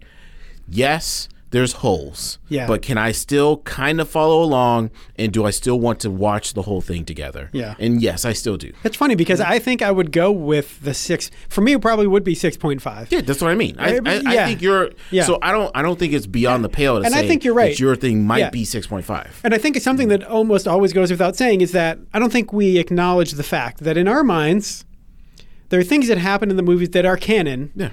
Speaker 2: yes, there's holes.
Speaker 1: Yeah.
Speaker 2: But can I still kind of follow along, and do I still want to watch the whole thing together?
Speaker 1: Yeah.
Speaker 2: And yes, I still do.
Speaker 1: That's funny because I think I would go with the six. For me, it probably would be six point five.
Speaker 2: Yeah, that's what I mean. I,
Speaker 1: Right, but
Speaker 2: I,
Speaker 1: yeah.
Speaker 2: I think you're.
Speaker 1: Yeah.
Speaker 2: So I don't. I don't think it's beyond the pale to
Speaker 1: And I
Speaker 2: say
Speaker 1: think you're
Speaker 2: that
Speaker 1: right.
Speaker 2: your thing might
Speaker 1: Yeah.
Speaker 2: be six point five.
Speaker 1: And I think it's something that almost always goes without saying is that I don't think we acknowledge the fact that in our minds, there are things that happen in the movies that are canon
Speaker 2: Yeah.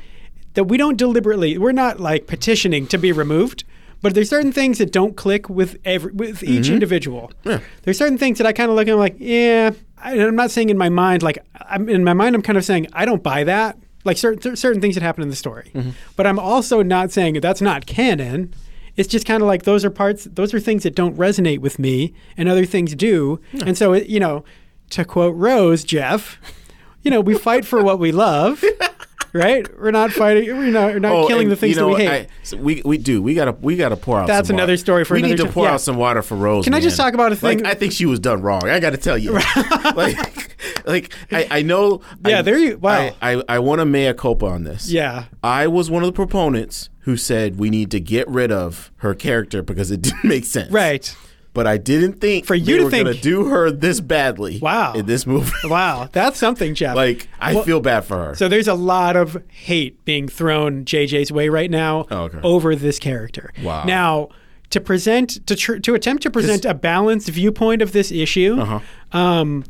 Speaker 1: that we don't deliberately, we're not like petitioning to be removed. But there's certain things that don't click with every with each individual. There's certain things that I kind of look at. I'm like, yeah. I, and I'm not saying in my mind, like I'm in my mind, I'm kind of saying I don't buy that. Like certain cer- certain things that happen in the story. But I'm also not saying that's not canon. It's just kind of like those are parts. Those are things that don't resonate with me, and other things do. And so, it, you know, to quote Rose, Jeff, you know, we fight for what we love.
Speaker 2: *laughs*
Speaker 1: Right, we're not fighting. We're not, we're not killing
Speaker 2: Oh, and
Speaker 1: the things
Speaker 2: you know
Speaker 1: that we
Speaker 2: what?
Speaker 1: hate.
Speaker 2: I- so we we do. We gotta we gotta pour out.
Speaker 1: That's
Speaker 2: some
Speaker 1: another
Speaker 2: water.
Speaker 1: story for
Speaker 2: we
Speaker 1: another
Speaker 2: need to
Speaker 1: time.
Speaker 2: pour
Speaker 1: Yeah.
Speaker 2: out some water for Rose.
Speaker 1: Can I just
Speaker 2: man.
Speaker 1: talk about a
Speaker 2: Like,
Speaker 1: thing-
Speaker 2: I think she was done wrong. I gotta
Speaker 1: *laughs*
Speaker 2: tell you. like, like I, I know.
Speaker 1: Yeah,
Speaker 2: I,
Speaker 1: there you- wow.
Speaker 2: I I, I want to mea culpa on this.
Speaker 1: yeah,
Speaker 2: I was one of the proponents who said we need to get rid of her character because it *laughs* didn't make sense.
Speaker 1: right.
Speaker 2: But I didn't think
Speaker 1: For you
Speaker 2: they
Speaker 1: to
Speaker 2: were gonna
Speaker 1: think-
Speaker 2: do her this badly.
Speaker 1: Wow.
Speaker 2: In this movie, *laughs*
Speaker 1: Wow, that's something, Jeff.
Speaker 2: like I
Speaker 1: Well,
Speaker 2: feel bad for her.
Speaker 1: so there's a lot of hate being thrown JJ's way right now
Speaker 2: Oh, okay.
Speaker 1: over this character.
Speaker 2: Wow.
Speaker 1: Now, to present to tr- to attempt to present a balanced viewpoint of this issue,
Speaker 2: Uh-huh.
Speaker 1: um,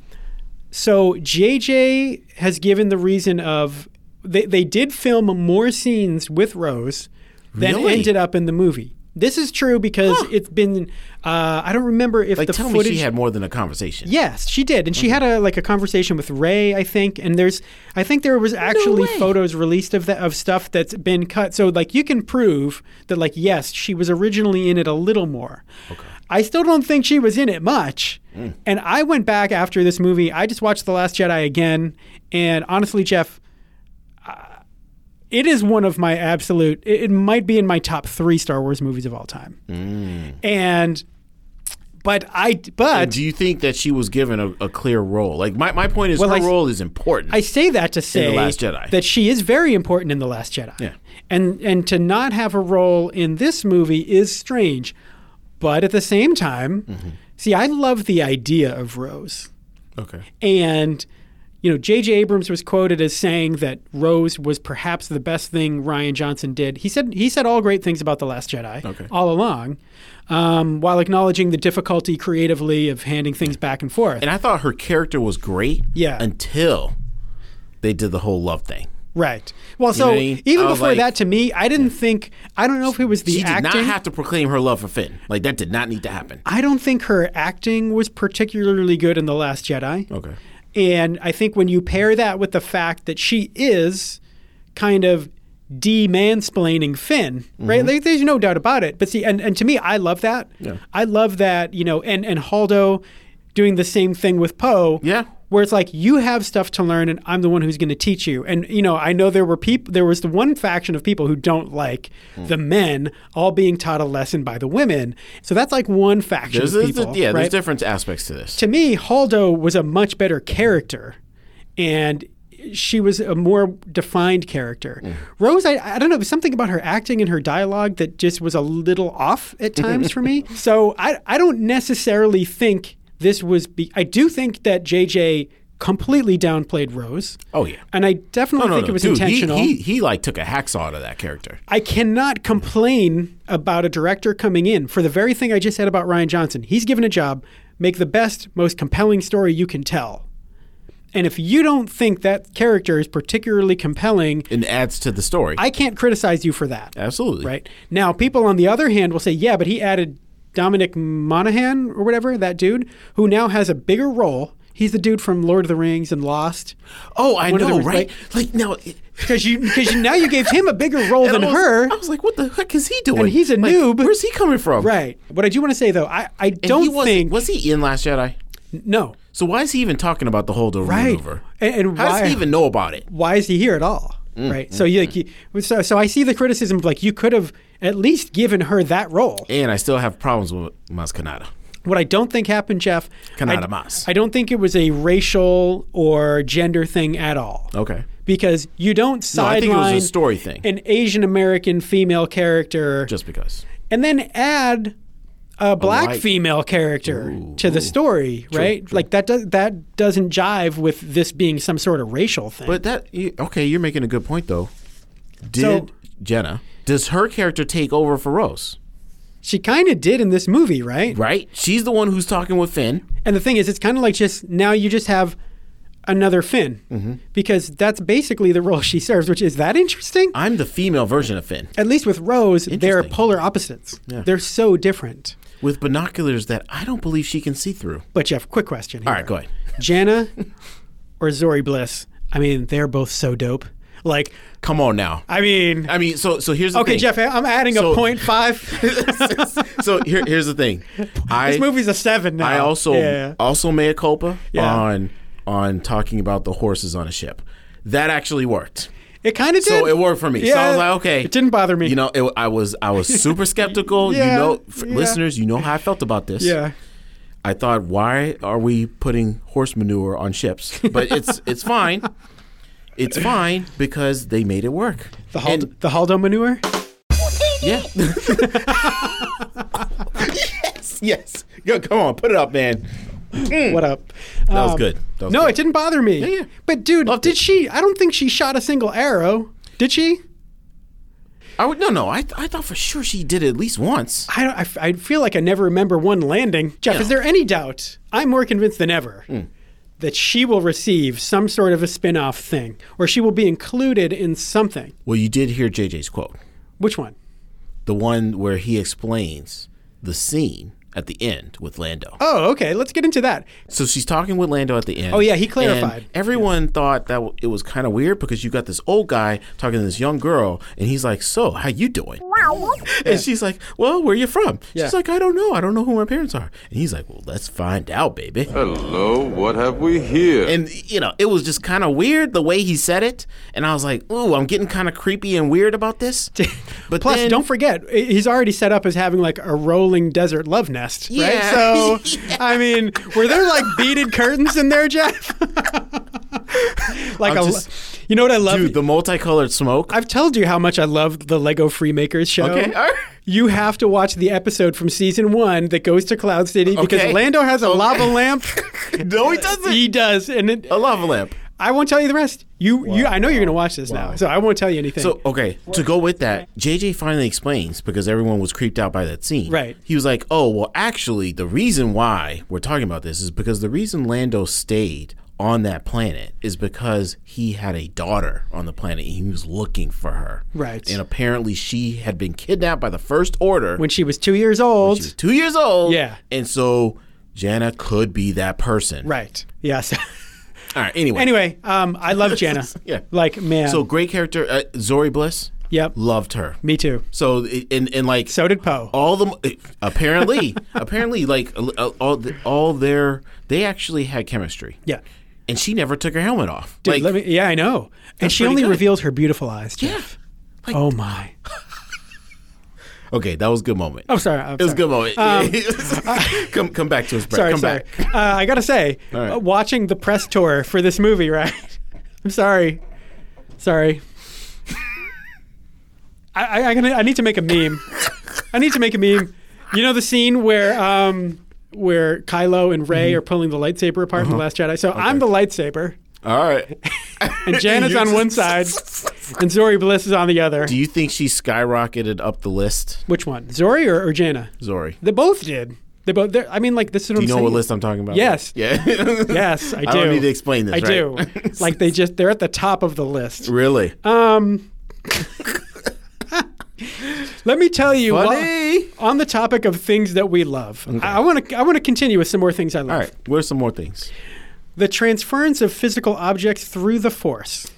Speaker 1: so JJ has given the reason of they they did film more scenes with Rose than
Speaker 2: Really?
Speaker 1: ended up in the movie. This is true because it's been uh, I don't remember if
Speaker 2: like,
Speaker 1: the
Speaker 2: tell
Speaker 1: footage
Speaker 2: me she had more than a conversation.
Speaker 1: Yes, she did, Mm-hmm. and she had a like a conversation with Ray, I think. And there's, I think there was actually
Speaker 2: way.
Speaker 1: photos released of that of stuff that's been cut. So like you can prove that like yes, she was originally in it a little more. Okay. Mm. I still don't think she was in it much. And I went back after this movie. I just watched The Last Jedi again, and honestly, Jeff. uh, It is one of my absolute. It it might be in my top three Star Wars movies of all time, Mm. and but I but
Speaker 2: Do you think that she was given a, a clear role? Like my, my point is her
Speaker 1: I s-
Speaker 2: role is important.
Speaker 1: I say that to say
Speaker 2: Last Jedi.
Speaker 1: that she is very important in the Last Jedi.
Speaker 2: Yeah.
Speaker 1: And and to not have a role in this movie is strange, but at the same time,
Speaker 2: Mm-hmm.
Speaker 1: see, I love the idea of Rose,
Speaker 2: okay.
Speaker 1: and you know, J.J. Abrams was quoted as saying that Rose was perhaps the best thing Ryan Johnson did. He said he said all great things about the Last Jedi
Speaker 2: Okay.
Speaker 1: all along, um, while acknowledging the difficulty creatively of handing things back and forth.
Speaker 2: And I thought her character was great.
Speaker 1: Yeah.
Speaker 2: Until they did the whole love thing.
Speaker 1: Right. Well, so
Speaker 2: know what I mean?
Speaker 1: even
Speaker 2: I was
Speaker 1: before
Speaker 2: like-
Speaker 1: that, to me, I didn't think. I don't know if it was the
Speaker 2: She did
Speaker 1: acting.
Speaker 2: not have to proclaim her love for Finn. Like that did not need to happen.
Speaker 1: I don't think her acting was particularly good in the Last Jedi.
Speaker 2: Okay.
Speaker 1: And I think when you pair that with the fact that she is kind of de-mansplaining Finn, right? Like, there's no doubt about it. But see, and, and to me, I love that.
Speaker 2: Mm-hmm. Yeah.
Speaker 1: I love that, you know, and, and Haldo doing the same thing with Poe.
Speaker 2: Yeah.
Speaker 1: Where it's like you have stuff to learn, and I'm the one who's going to teach you. And you know, I know there were people. There was the one faction of people who don't like
Speaker 2: Hmm.
Speaker 1: the men all being taught a lesson by the women. So that's like one faction
Speaker 2: There's,
Speaker 1: of
Speaker 2: there's-
Speaker 1: people.
Speaker 2: yeah, there's
Speaker 1: right?
Speaker 2: different aspects to this.
Speaker 1: to me, Haldo was a much better character, and she was a more defined character.
Speaker 2: Mm.
Speaker 1: Rose, I, I don't know, there's something about her acting and her dialogue that just was a little off
Speaker 2: *laughs*
Speaker 1: at times for me. So I, I don't necessarily think this was. Be, I do think that JJ completely downplayed Rose.
Speaker 2: Oh, yeah.
Speaker 1: and I definitely think it was
Speaker 2: Dude, he-
Speaker 1: intentional.
Speaker 2: He, he, like took a hacksaw to that character.
Speaker 1: I cannot complain about a director coming in for the very thing I just said about Ryan Johnson. He's given a job, make the best, most compelling story you can tell. And if you don't think that character is particularly compelling,
Speaker 2: and adds to the story.
Speaker 1: I can't criticize you for that.
Speaker 2: Absolutely.
Speaker 1: Right. Now, people on the other hand will say, yeah, but he added Dominic Monaghan or whatever, that dude, who now has a bigger role. He's the dude from Lord of the Rings and Lost.
Speaker 2: Oh, I
Speaker 1: One of the
Speaker 2: know,
Speaker 1: reasons,
Speaker 2: right? Like, now, it-
Speaker 1: Because you, because you, now you gave him a bigger
Speaker 2: *laughs*
Speaker 1: role than
Speaker 2: I was,
Speaker 1: her.
Speaker 2: I was like, what the heck is he doing?
Speaker 1: And he's a
Speaker 2: Like,
Speaker 1: noob.
Speaker 2: Where's he coming from?
Speaker 1: Right. What I do want to say though, I, I
Speaker 2: And
Speaker 1: don't
Speaker 2: he was,
Speaker 1: think
Speaker 2: was he in Last Jedi?
Speaker 1: no.
Speaker 2: So why is he even talking about the holdover
Speaker 1: Right.
Speaker 2: maneuver?
Speaker 1: And- and
Speaker 2: how
Speaker 1: why-
Speaker 2: does he even know about it?
Speaker 1: Why is he here at all?
Speaker 2: Mm,
Speaker 1: Right. So you like you, so so I see the criticism of like you could have at least given her that role.
Speaker 2: And I still have problems with Maz Kanata.
Speaker 1: What I don't think happened, Jeff.
Speaker 2: Kanata
Speaker 1: I-
Speaker 2: Mas.
Speaker 1: I don't think it was a racial or gender thing at all.
Speaker 2: Okay.
Speaker 1: Because you don't
Speaker 2: No, I
Speaker 1: sideline
Speaker 2: think it was a story thing.
Speaker 1: an Asian American female character
Speaker 2: just because.
Speaker 1: and then add a black
Speaker 2: white-
Speaker 1: female character to the story, right? Like that does that doesn't jive with this being some sort of racial thing.
Speaker 2: But that you- okay, you're making a good point though. Did
Speaker 1: So-
Speaker 2: Jenna? Does her character take over for Rose?
Speaker 1: she kind of did in this movie, right?
Speaker 2: Right? She's the one who's talking with Finn.
Speaker 1: And the thing is, it's kind of like just now you just have another Finn
Speaker 2: Mm-hmm.
Speaker 1: because that's basically the role she serves, which is that interesting.
Speaker 2: I'm the female version of Finn
Speaker 1: At least with Rose, they're
Speaker 2: Interesting.
Speaker 1: polar opposites. They're so different.
Speaker 2: with binoculars that I don't believe she can see through.
Speaker 1: But Jeff, quick question. Here.
Speaker 2: All right, go ahead.
Speaker 1: Jana or Zori Bliss? I mean, they're both so dope. Like,
Speaker 2: Come on now.
Speaker 1: I mean,
Speaker 2: I mean, so so here's the
Speaker 1: Okay,
Speaker 2: thing.
Speaker 1: Jeff, I'm adding
Speaker 2: So-
Speaker 1: a point five.
Speaker 2: *laughs* so here, here's the thing. I
Speaker 1: this movie's a seven now.
Speaker 2: I also uh,
Speaker 1: yeah.
Speaker 2: also made a culpa
Speaker 1: Yeah.
Speaker 2: on on talking about the horses on a ship. That actually worked.
Speaker 1: it kind of did.
Speaker 2: So it worked for me. So I was like, okay,
Speaker 1: it didn't bother me.
Speaker 2: You know, it, I was I was
Speaker 1: *laughs*
Speaker 2: super skeptical.
Speaker 1: Yeah,
Speaker 2: you know, f-
Speaker 1: yeah.
Speaker 2: listeners, you know how I felt about this.
Speaker 1: yeah,
Speaker 2: I thought, why are we putting horse manure on ships?
Speaker 1: *laughs*
Speaker 2: But it's it's fine. It's fine because they made it work.
Speaker 1: the Hald-
Speaker 2: And-
Speaker 1: the Haldo manure. *laughs*
Speaker 2: yeah. *laughs* yes, yes. Yo, come on, put it up, man.
Speaker 1: What up?
Speaker 2: That was good. That
Speaker 1: Um,
Speaker 2: was
Speaker 1: no,
Speaker 2: good.
Speaker 1: it didn't bother me.
Speaker 2: Uh, yeah.
Speaker 1: But dude,
Speaker 2: Loved
Speaker 1: did
Speaker 2: it.
Speaker 1: she? I don't think she shot a single arrow. Did she?
Speaker 2: I would no, no. I I thought for sure she did it at least once.
Speaker 1: I, don't, I f- I feel like I never remember one landing. Jeff, is there any doubt? I'm more convinced than ever
Speaker 2: Hmm.
Speaker 1: that she will receive some sort of a spin off thing or she will be included in something.
Speaker 2: Well, you did hear JJ's quote,
Speaker 1: Which one?
Speaker 2: the one where he explains the scene at the end with Lando.
Speaker 1: Oh, okay. Let's get into that.
Speaker 2: So she's talking with Lando at the end.
Speaker 1: Oh, yeah, he
Speaker 2: and
Speaker 1: clarified.
Speaker 2: everyone thought that w- it was kind of weird because you got this old guy talking to this young girl, and he's like, "So, how you doing?" And she's like, "Well, where you from?"
Speaker 1: Yeah.
Speaker 2: She's like, "I don't know. I don't know who my parents are." And he's like, "Well, let's find out, baby."
Speaker 3: Hello, what have we here?
Speaker 2: And you know, it was just kind of weird the way he said it, and I was like, "Ooh, I'm getting kind of creepy and weird about this."
Speaker 1: *laughs*
Speaker 2: But
Speaker 1: Plus,
Speaker 2: then-
Speaker 1: don't forget, i- he's already set up as having like a rolling desert love nest,
Speaker 2: Yeah. *laughs*
Speaker 1: right? So, I mean, were there like beaded curtains in there, Jeff? *laughs* like
Speaker 2: I'm
Speaker 1: a, lo-
Speaker 2: just-
Speaker 1: you know what I love?
Speaker 2: dude, the multicolored smoke.
Speaker 1: I've told you how much I loved the Lego Freemakers show.
Speaker 2: Okay, all right. *laughs*
Speaker 1: You have to watch the episode from season one that goes to Cloud City
Speaker 2: Okay.
Speaker 1: because Lando has a lava lamp.
Speaker 2: no, *laughs* he
Speaker 1: *laughs*
Speaker 2: doesn't.
Speaker 1: he does, and it,
Speaker 2: a lava lamp.
Speaker 1: I won't tell you the rest. You, you, I know you're going to watch this now, so I won't tell you anything.
Speaker 2: So okay, to go with that, JJ finally explains because everyone was creeped out by that scene.
Speaker 1: Right.
Speaker 2: He was like, "Oh, well, actually, the reason why we're talking about this is because the reason Lando stayed on that planet is because he had a daughter on the planet and he was looking for her.
Speaker 1: Right.
Speaker 2: And apparently, she had been kidnapped by the First Order
Speaker 1: when she was two years old,
Speaker 2: was two years old.
Speaker 1: Yeah.
Speaker 2: And so Jana could be that person.
Speaker 1: right? Yes.
Speaker 2: All right. Anyway.
Speaker 1: Anyway, um, I love Jana.
Speaker 2: *laughs* Yeah.
Speaker 1: Like, man.
Speaker 2: So great character, uh, Zori Bliss.
Speaker 1: Yep.
Speaker 2: Loved her.
Speaker 1: Me too.
Speaker 2: So it- and and like
Speaker 1: So did Poe.
Speaker 2: all the mo- apparently apparently like uh, uh, all the, all their they actually had chemistry.
Speaker 1: Yeah.
Speaker 2: And she never took her helmet off.
Speaker 1: Dude,
Speaker 2: like
Speaker 1: let me, yeah, I know. And she
Speaker 2: pretty
Speaker 1: only
Speaker 2: good.
Speaker 1: revealed her beautiful eyes.
Speaker 2: yeah.
Speaker 1: Jeff. oh my.
Speaker 2: *sighs* Okay, that was a good moment.
Speaker 1: I'm sorry. I'm
Speaker 2: It was a
Speaker 1: Oh, sorry. Um,
Speaker 2: good moment. *laughs* come come back to us, Brett.
Speaker 1: Sorry,
Speaker 2: come
Speaker 1: sorry.
Speaker 2: back.
Speaker 1: Uh, I gotta say,
Speaker 2: right.
Speaker 1: uh, watching the press tour for this movie, right? *laughs* I'm sorry, sorry. *laughs* I, I, I, gonna, I need to make a meme. I need to make a meme. You know the scene where um, where Kylo and Ray
Speaker 2: Mm-hmm.
Speaker 1: are pulling the lightsaber apart
Speaker 2: Uh-huh.
Speaker 1: in the Last Jedi. So I'm the lightsaber,
Speaker 2: All right.
Speaker 1: *laughs*
Speaker 2: *laughs*
Speaker 1: and Janet's
Speaker 2: You
Speaker 1: on
Speaker 2: just-
Speaker 1: one side, and Zori Bliss is on the other.
Speaker 2: *laughs* Do you think she skyrocketed up the list,
Speaker 1: Which one, Zori or, or Jaina?
Speaker 2: Zori?
Speaker 1: They both did. They both. they're- I mean, like this is what
Speaker 2: You
Speaker 1: I'm
Speaker 2: know
Speaker 1: saying.
Speaker 2: what list I'm talking about?
Speaker 1: Yes.
Speaker 2: Yeah. *laughs*
Speaker 1: Yes, I do.
Speaker 2: I don't need to explain this.
Speaker 1: I
Speaker 2: right?
Speaker 1: do.
Speaker 2: *laughs*
Speaker 1: like they just they're at the top of the list.
Speaker 2: Really?
Speaker 1: Um Let me tell you wha-
Speaker 2: Funny.
Speaker 1: on the topic of things that we love. I want to I want to continue with some more things I love.
Speaker 2: All right. Where's some more things?
Speaker 1: The transference of physical objects through the force.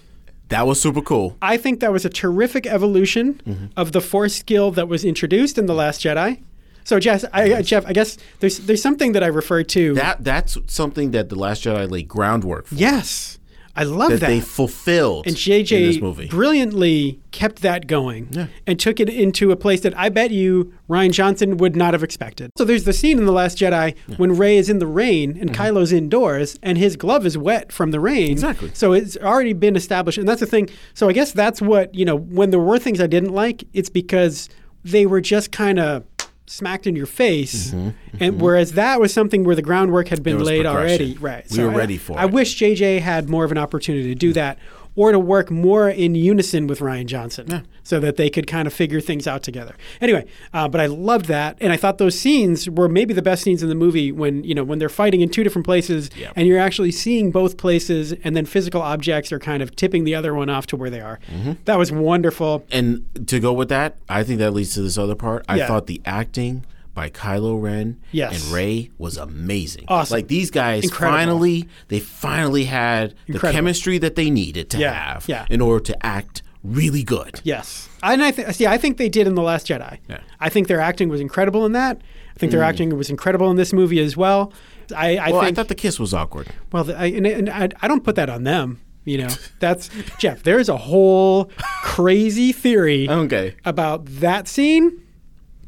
Speaker 2: That was super cool.
Speaker 1: I think that was a terrific evolution
Speaker 2: Mm-hmm.
Speaker 1: of the force skill that was introduced in the last Jedi. So Jeff, I, I- Jeff, I guess there's there's something that I refer to.
Speaker 2: That that's something that the Last Jedi laid groundwork for.
Speaker 1: yes, I love
Speaker 2: that,
Speaker 1: that.
Speaker 2: they fulfilled
Speaker 1: And
Speaker 2: in this movie.
Speaker 1: JJ brilliantly kept that going and took it into a place that I bet you Ryan Johnson would not have expected. So there's the scene in The Last Jedi when Rey is in the rain and Kylo's indoors and his glove is wet from the rain.
Speaker 2: Mm-hmm. Exactly.
Speaker 1: So it's already been established. And that's the thing. So I guess that's what, you know, when there were things I didn't like, it's because they were just kind of smacked in your face.
Speaker 2: Mm-hmm.
Speaker 1: And whereas that was something where the groundwork had been
Speaker 2: was
Speaker 1: laid
Speaker 2: progression.
Speaker 1: already. Right.
Speaker 2: We were
Speaker 1: I-
Speaker 2: ready for
Speaker 1: I
Speaker 2: it.
Speaker 1: wish JJ had more of an opportunity to do that or to work more in unison with Ryan Johnson so that they could kind of figure things out together. Anyway, uh, but I loved that. And I thought those scenes were maybe the best scenes in the movie when, you know, when they're fighting in two different places and you're actually seeing both places and then physical objects are kind of tipping the other one off to where they are.
Speaker 2: Mm-hmm.
Speaker 1: That was wonderful.
Speaker 2: and to go with that, I think that leads to this other part. I
Speaker 1: Yeah.
Speaker 2: thought the acting by Kylo Ren
Speaker 1: Yes.
Speaker 2: and Ray was amazing.
Speaker 1: Awesome.
Speaker 2: Like these guys
Speaker 1: Incredible.
Speaker 2: finally they finally had the
Speaker 1: Incredible.
Speaker 2: chemistry that they needed to
Speaker 1: Yeah,
Speaker 2: have
Speaker 1: yeah.
Speaker 2: in order to act really good.
Speaker 1: Yes, and I th- see. I think they did in the Last Jedi.
Speaker 2: Yeah. Mm.
Speaker 1: I think their acting was incredible in that. I think their acting was incredible in this movie as well. I, I
Speaker 2: Well,
Speaker 1: think
Speaker 2: Oh, I thought the kiss was awkward.
Speaker 1: well, the, I, and, and I, I don't put that on them. You
Speaker 2: *laughs*
Speaker 1: know, that's Jeff. There's a whole crazy theory
Speaker 2: Okay.
Speaker 1: about that scene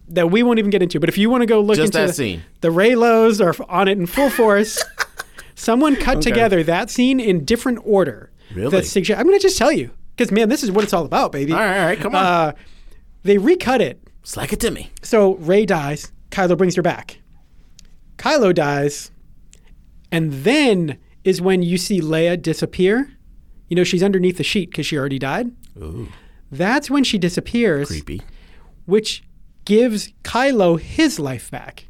Speaker 1: that we won't even get into. But if you want to go look
Speaker 2: Just
Speaker 1: into
Speaker 2: that
Speaker 1: the,
Speaker 2: scene.
Speaker 1: the Raylos are on it in full
Speaker 2: *laughs*
Speaker 1: force. Someone cut together that scene in different order.
Speaker 2: Really?
Speaker 1: That suggest- I'm going to just tell you because man, this is what it's all about, baby.
Speaker 2: All right, all right, come on.
Speaker 1: Uh, they recut it
Speaker 2: Slack it to me.
Speaker 1: so Ray dies. Kylo brings her back. Kylo dies, and then is when you see Leia disappear. You know she's underneath the sheet because she already died.
Speaker 2: Ooh,
Speaker 1: That's when she disappears,
Speaker 2: creepy.
Speaker 1: which gives Kylo his life back.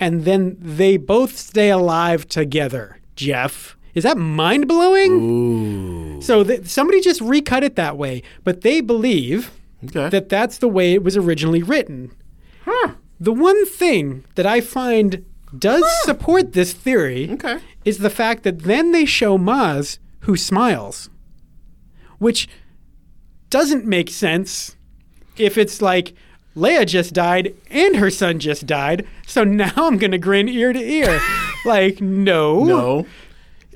Speaker 1: And then they both stay alive together. Jeff, is that mind blowing?
Speaker 2: Ooh.
Speaker 1: So th- somebody just recut it that way, but they believe
Speaker 2: Okay.
Speaker 1: that that's the way it was originally written. The one thing that I find does support this theory
Speaker 2: Okay.
Speaker 1: is the fact that then they show Maz who smiles, which doesn't make sense if it's like Leia just died and her son just died, so now I'm going to grin ear to
Speaker 2: *laughs*
Speaker 1: ear. like, no.
Speaker 2: No. *laughs*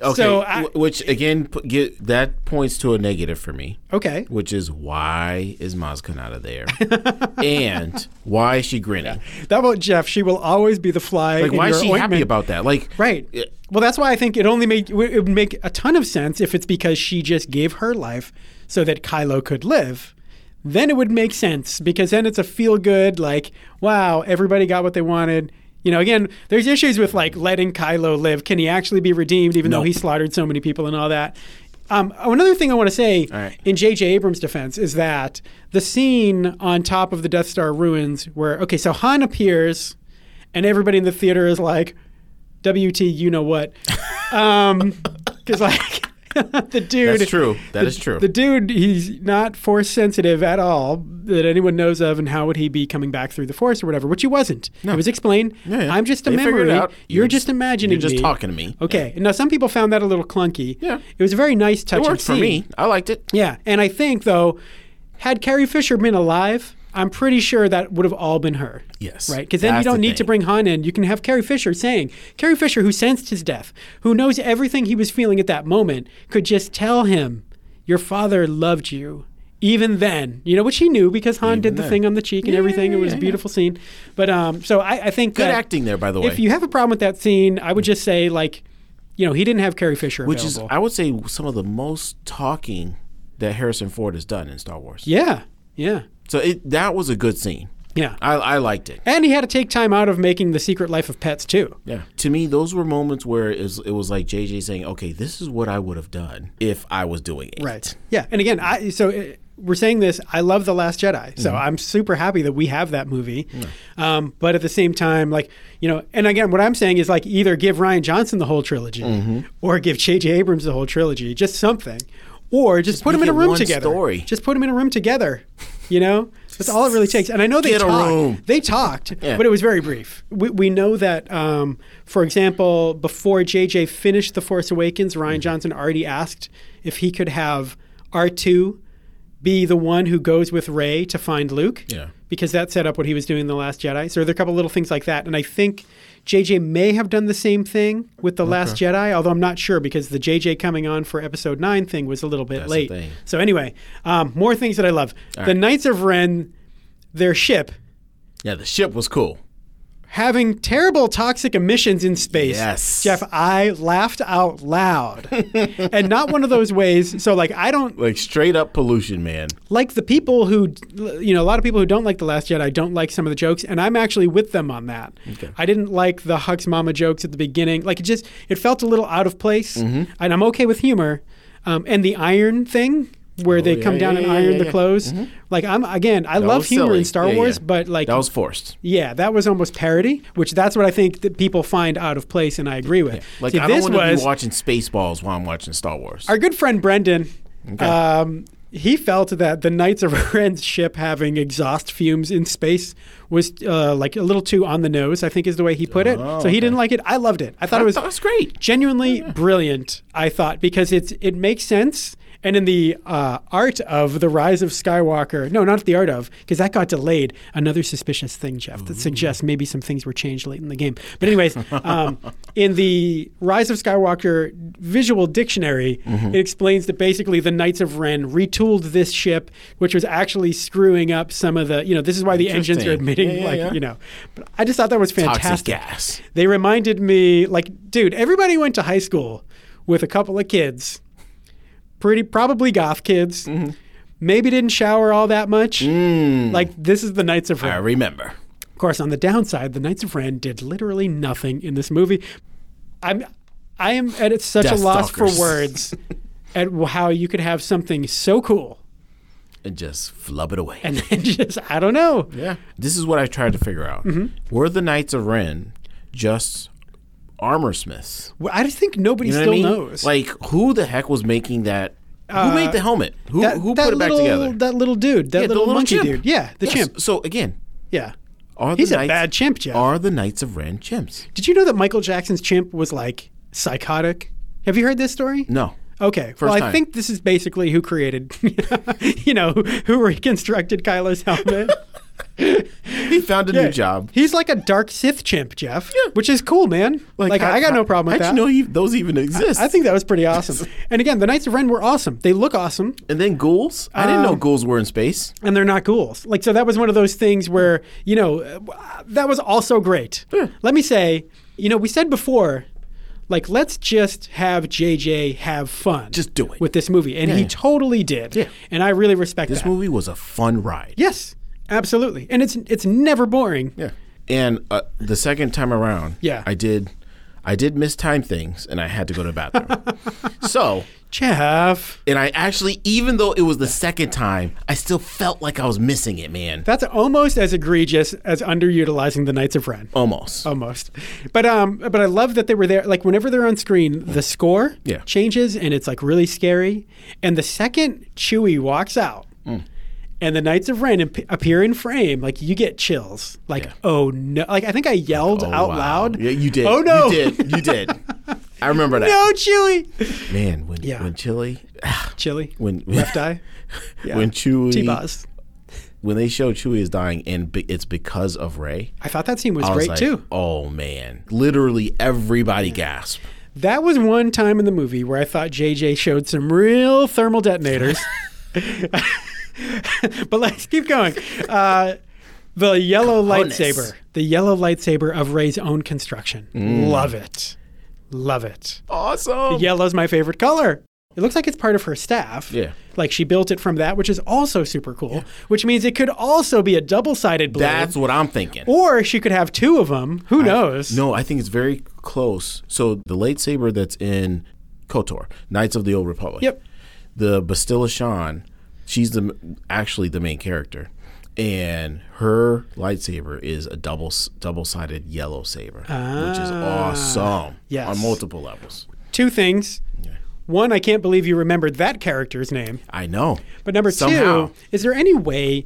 Speaker 2: Okay.
Speaker 1: So I-
Speaker 2: wh- which again, p- get, that points to a negative for me.
Speaker 1: Okay.
Speaker 2: Which is why is Maz
Speaker 1: *laughs*
Speaker 2: Kanata there, and why is she grinning?
Speaker 1: That won't, Jeff. She will always be the fly.
Speaker 2: Like,
Speaker 1: in
Speaker 2: why is
Speaker 1: your
Speaker 2: she happy
Speaker 1: ointment.
Speaker 2: about that? Like,
Speaker 1: Right.
Speaker 2: Yeah.
Speaker 1: Well, that's why I think it only make it would make a ton of sense if it's because she just gave her life so that Kylo could live. Then it would make sense because then it's a feel good like, wow, everybody got what they wanted. You know, again, there's issues with like letting Kylo live. Can he actually be redeemed even though
Speaker 2: Nope.
Speaker 1: he slaughtered so many people and all that? Um, oh, another thing I want to say
Speaker 2: right.
Speaker 1: in J.J. Abrams' defense is that the scene on top of the Death Star ruins, where okay, so Han appears, and everybody in the theater is like, "WT, you know what?"
Speaker 2: *laughs*
Speaker 1: Um, because like *laughs* the dude,
Speaker 2: That's true. That is true.
Speaker 1: The dude, he's not force sensitive at all that anyone knows of, and how would he be coming back through the force or whatever? Which he wasn't. It was explained.
Speaker 2: yeah.
Speaker 1: I'm just a
Speaker 2: They figured it
Speaker 1: memory.
Speaker 2: out.
Speaker 1: You're,
Speaker 2: You're
Speaker 1: just
Speaker 2: just-
Speaker 1: imagining.
Speaker 2: You're just
Speaker 1: me.
Speaker 2: talking to me.
Speaker 1: Okay. Now some people found that a little clunky.
Speaker 2: Yeah.
Speaker 1: It was a very nice touch.
Speaker 2: It worked
Speaker 1: and
Speaker 2: for me. I liked it.
Speaker 1: yeah, and I think though, Had Carrie Fisher been alive, I'm pretty sure that would have all been her.
Speaker 2: Yes.
Speaker 1: Right? Because then you
Speaker 2: That's
Speaker 1: don't
Speaker 2: the
Speaker 1: need to
Speaker 2: thing.
Speaker 1: bring Han in. You can have Carrie Fisher saying, Carrie Fisher, who sensed his death, who knows everything he was feeling at that moment, could just tell him, Your father loved you. Even then, you know, which he knew because Han did the
Speaker 2: then.
Speaker 1: thing on the cheek and everything. It was a beautiful scene. But um, so I, I think
Speaker 2: Good
Speaker 1: that
Speaker 2: acting there, by the way.
Speaker 1: If you have a problem with that scene, I would just say like, you know, he didn't have Carrie Fisher,
Speaker 2: Which is,
Speaker 1: available.
Speaker 2: I would say, some of the most talking that Harrison Ford has done in Star Wars.
Speaker 1: yeah, yeah,
Speaker 2: So it, that was a good scene.
Speaker 1: yeah.
Speaker 2: I, I liked it.
Speaker 1: and he had to take time out of making the Secret Life of Pets too.
Speaker 2: Yeah. To me, those were moments where it was, it was like JJ saying, okay, this is what I would have done if I was doing it.
Speaker 1: Right. Yeah. And again, I so uh we're saying this. I love the Last Jedi,
Speaker 2: Mm-hmm.
Speaker 1: so I'm super happy that we have that movie. Um, but at the same time, like you know, and again, what I'm saying is like either give Ryan Johnson the whole trilogy,
Speaker 2: Mm-hmm.
Speaker 1: or give J.J. Abrams the whole trilogy, just something, or just, put them in
Speaker 2: make
Speaker 1: a
Speaker 2: it
Speaker 1: room
Speaker 2: one
Speaker 1: together.
Speaker 2: story.
Speaker 1: Just put them in a room together. You know, that's all it really takes. And I know they
Speaker 2: Get a
Speaker 1: talked.
Speaker 2: room.
Speaker 1: They talked,
Speaker 2: Yeah.
Speaker 1: but it was very brief. We, we know that, um, for example, before JJ finished The Force Awakens,
Speaker 2: Mm-hmm.
Speaker 1: Ryan Johnson already asked if he could have R2 be the one who goes with Ray to find Luke.
Speaker 2: Yeah.
Speaker 1: Because that set up what he was doing in The Last Jedi. So there are a couple little things like that. And I think JJ may have done the same thing with The Last Jedi, although I'm not sure because the JJ coming on for episode nine thing was a little bit
Speaker 2: That's the
Speaker 1: late.
Speaker 2: thing.
Speaker 1: So anyway, um, more things that I love. The Knights of Ren, their ship
Speaker 2: Yeah, the ship was cool.
Speaker 1: having terrible toxic emissions in space.
Speaker 2: Yes.
Speaker 1: Jeff, I laughed out
Speaker 2: *laughs*
Speaker 1: loud. and not one of those ways. So, like, I don't
Speaker 2: Like straight up pollution, man.
Speaker 1: like the people who, you know, a lot of people who don't like The Last Jedi don't like some of the jokes. And I'm actually with them on that. I didn't like the Hux Mama jokes at the beginning. Like, it just, it felt a little out of place.
Speaker 2: Mm-hmm.
Speaker 1: And I'm okay with humor. Um, and the iron thing. Where they
Speaker 2: Oh, yeah,
Speaker 1: come down
Speaker 2: yeah,
Speaker 1: and
Speaker 2: yeah,
Speaker 1: iron
Speaker 2: yeah,
Speaker 1: the
Speaker 2: yeah.
Speaker 1: clothes, like I'm again. I
Speaker 2: That
Speaker 1: love
Speaker 2: was
Speaker 1: humor
Speaker 2: silly.
Speaker 1: in Star
Speaker 2: Yeah, yeah.
Speaker 1: Wars, but like
Speaker 2: that was forced.
Speaker 1: yeah, that was almost parody, which that's what I think that people find out of place, and I agree with.
Speaker 2: Like
Speaker 1: See,
Speaker 2: I don't
Speaker 1: this
Speaker 2: want to
Speaker 1: was
Speaker 2: be watching Spaceballs while I'm watching Star Wars.
Speaker 1: our good friend Brendan. Um, he felt that the Knights of *laughs* Ren's ship having exhaust fumes in space was uh, like a little too on the nose. I think is the way he put it.
Speaker 2: Oh,
Speaker 1: so he didn't like it. I loved it. I thought
Speaker 2: *laughs*
Speaker 1: it was
Speaker 2: That's great.
Speaker 1: genuinely brilliant. I thought because it's it makes sense. And in the uh, art of the rise of Skywalker, no, not the art of, because that got delayed. Another suspicious thing, Jeff, that suggests
Speaker 2: Mm.
Speaker 1: maybe some things were changed late in the game. But anyways, um, in the rise of Skywalker visual dictionary, it
Speaker 2: Mm-hmm.
Speaker 1: explains that basically the Knights of Ren retooled this ship, which was actually screwing up some of the, you know, this is why the engines are
Speaker 2: Interesting.
Speaker 1: admitting,
Speaker 2: Yeah, yeah,
Speaker 1: like,
Speaker 2: yeah.
Speaker 1: you know. But I just thought that was
Speaker 2: Toxic
Speaker 1: fantastic.
Speaker 2: gas.
Speaker 1: They reminded me, like, dude, everybody went to high school with a couple of kids, pretty probably goth kids.
Speaker 2: Mm-hmm.
Speaker 1: Maybe didn't shower all that much. Like this is the Knights of
Speaker 2: Mm. I
Speaker 1: Ren.
Speaker 2: remember.
Speaker 1: Of course, on the downside, the Knights of Ren did literally nothing in this movie. I'm, I am at it's such a
Speaker 2: Death
Speaker 1: loss
Speaker 2: stalkers.
Speaker 1: for
Speaker 2: *laughs*
Speaker 1: words at how you could have something so cool
Speaker 2: And just flub it away.
Speaker 1: and *laughs* then just I don't know.
Speaker 2: yeah. This is what I tried to figure out.
Speaker 1: Mm-hmm.
Speaker 2: Were the Knights of Ren just armor smiths?
Speaker 1: I just think nobody
Speaker 2: You know
Speaker 1: still
Speaker 2: what I mean?
Speaker 1: knows.
Speaker 2: Like who the heck was making that? who made the helmet? Who
Speaker 1: Uh, that,
Speaker 2: who
Speaker 1: that
Speaker 2: put it back
Speaker 1: little,
Speaker 2: together?
Speaker 1: That little dude, that
Speaker 2: Yeah, the
Speaker 1: little, monkey
Speaker 2: chimp.
Speaker 1: dude. Yeah, the
Speaker 2: Yes.
Speaker 1: chimp.
Speaker 2: So again,
Speaker 1: Yeah.
Speaker 2: are
Speaker 1: He's
Speaker 2: the
Speaker 1: a
Speaker 2: Knights,
Speaker 1: bad chimp, Jeff.
Speaker 2: Are the Knights of Ren chimps?
Speaker 1: Did you know that Michael Jackson's chimp was like psychotic? Have you heard this story?
Speaker 2: No.
Speaker 1: Okay. well, I
Speaker 2: time.
Speaker 1: think this is basically who created, *laughs* you know, who, who reconstructed Kylo's
Speaker 2: *laughs*
Speaker 1: helmet.
Speaker 2: He found a new job.
Speaker 1: He's like a dark Sith chimp, Jeff. Which is cool, man. Like, I, got no problem with
Speaker 2: how'd
Speaker 1: that.
Speaker 2: you know he- those even exist?
Speaker 1: I think that was pretty
Speaker 2: *laughs*
Speaker 1: awesome. and again, the Knights of Ren were awesome. They look awesome.
Speaker 2: And then ghouls? I didn't
Speaker 1: Um,
Speaker 2: know ghouls were in space.
Speaker 1: and they're not ghouls. Like so, that was one of those things where you know uh, that was also great. Let me say, you know, we said before, like let's just have JJ have fun,
Speaker 2: Just do it.
Speaker 1: with this movie, and he
Speaker 2: yeah.
Speaker 1: totally did. Yeah. and I really respect
Speaker 2: This
Speaker 1: that.
Speaker 2: movie was a fun ride.
Speaker 1: Yes, absolutely, and it's it's never boring.
Speaker 2: Yeah. And uh, the second time around,
Speaker 1: Yeah.
Speaker 2: I did, I did miss time things, and I had to go to the
Speaker 1: *laughs*
Speaker 2: bathroom. so,
Speaker 1: Jeff,
Speaker 2: and I actually, even though it was the second time, I still felt like I was missing it, man.
Speaker 1: that's almost as egregious as underutilizing the Knights of Ren.
Speaker 2: Almost.
Speaker 1: almost. But um, but I love that they were there. Like whenever they're on screen, the score
Speaker 2: Yeah.
Speaker 1: changes and it's like really scary. And the second Chewie walks out.
Speaker 2: Mm.
Speaker 1: And the Knights of Ren ap- appear in frame. Like you get chills. Like oh no! Like I think I yelled Oh, out
Speaker 2: Oh, Wow.
Speaker 1: loud.
Speaker 2: Yeah, you did.
Speaker 1: Oh no!
Speaker 2: You did. You did. I remember
Speaker 1: *laughs*
Speaker 2: that.
Speaker 1: no, Chewie.
Speaker 2: Man, when
Speaker 1: Yeah.
Speaker 2: when Chili, *laughs*
Speaker 1: Chili.
Speaker 2: when
Speaker 1: Left eye. Yeah.
Speaker 2: *laughs* when Chewie
Speaker 1: T-Boz.
Speaker 2: when they show Chewie is dying and be, it's because of Ray.
Speaker 1: I thought that scene was
Speaker 2: I was
Speaker 1: great
Speaker 2: like,
Speaker 1: too.
Speaker 2: Oh man, literally everybody gasped.
Speaker 1: That was one time in the movie where I thought JJ showed some real thermal detonators. *laughs* but let's keep going. Uh, the yellow
Speaker 2: Cojones.
Speaker 1: lightsaber. The yellow lightsaber of Ray's own construction.
Speaker 2: Mm.
Speaker 1: Love it. Love it.
Speaker 2: Awesome.
Speaker 1: Oh. Yellow's my favorite color. It looks like it's part of her staff.
Speaker 2: Yeah.
Speaker 1: Like she built it from that, which is also super cool, which means it could also be a double sided blade.
Speaker 2: That's what I'm thinking.
Speaker 1: or she could have two of them. Who knows?
Speaker 2: No, I think it's very close. So the lightsaber that's in Kotor, Knights of the Old Republic.
Speaker 1: Yep.
Speaker 2: The Bastilla Shan, she's the actually the main character, and her lightsaber is a double double sided yellow saber, which is awesome.
Speaker 1: Ah, yes.
Speaker 2: On multiple levels.
Speaker 1: Two things. One, I can't believe you remembered that character's name.
Speaker 2: I know.
Speaker 1: But number
Speaker 2: Somehow.
Speaker 1: two, is there any way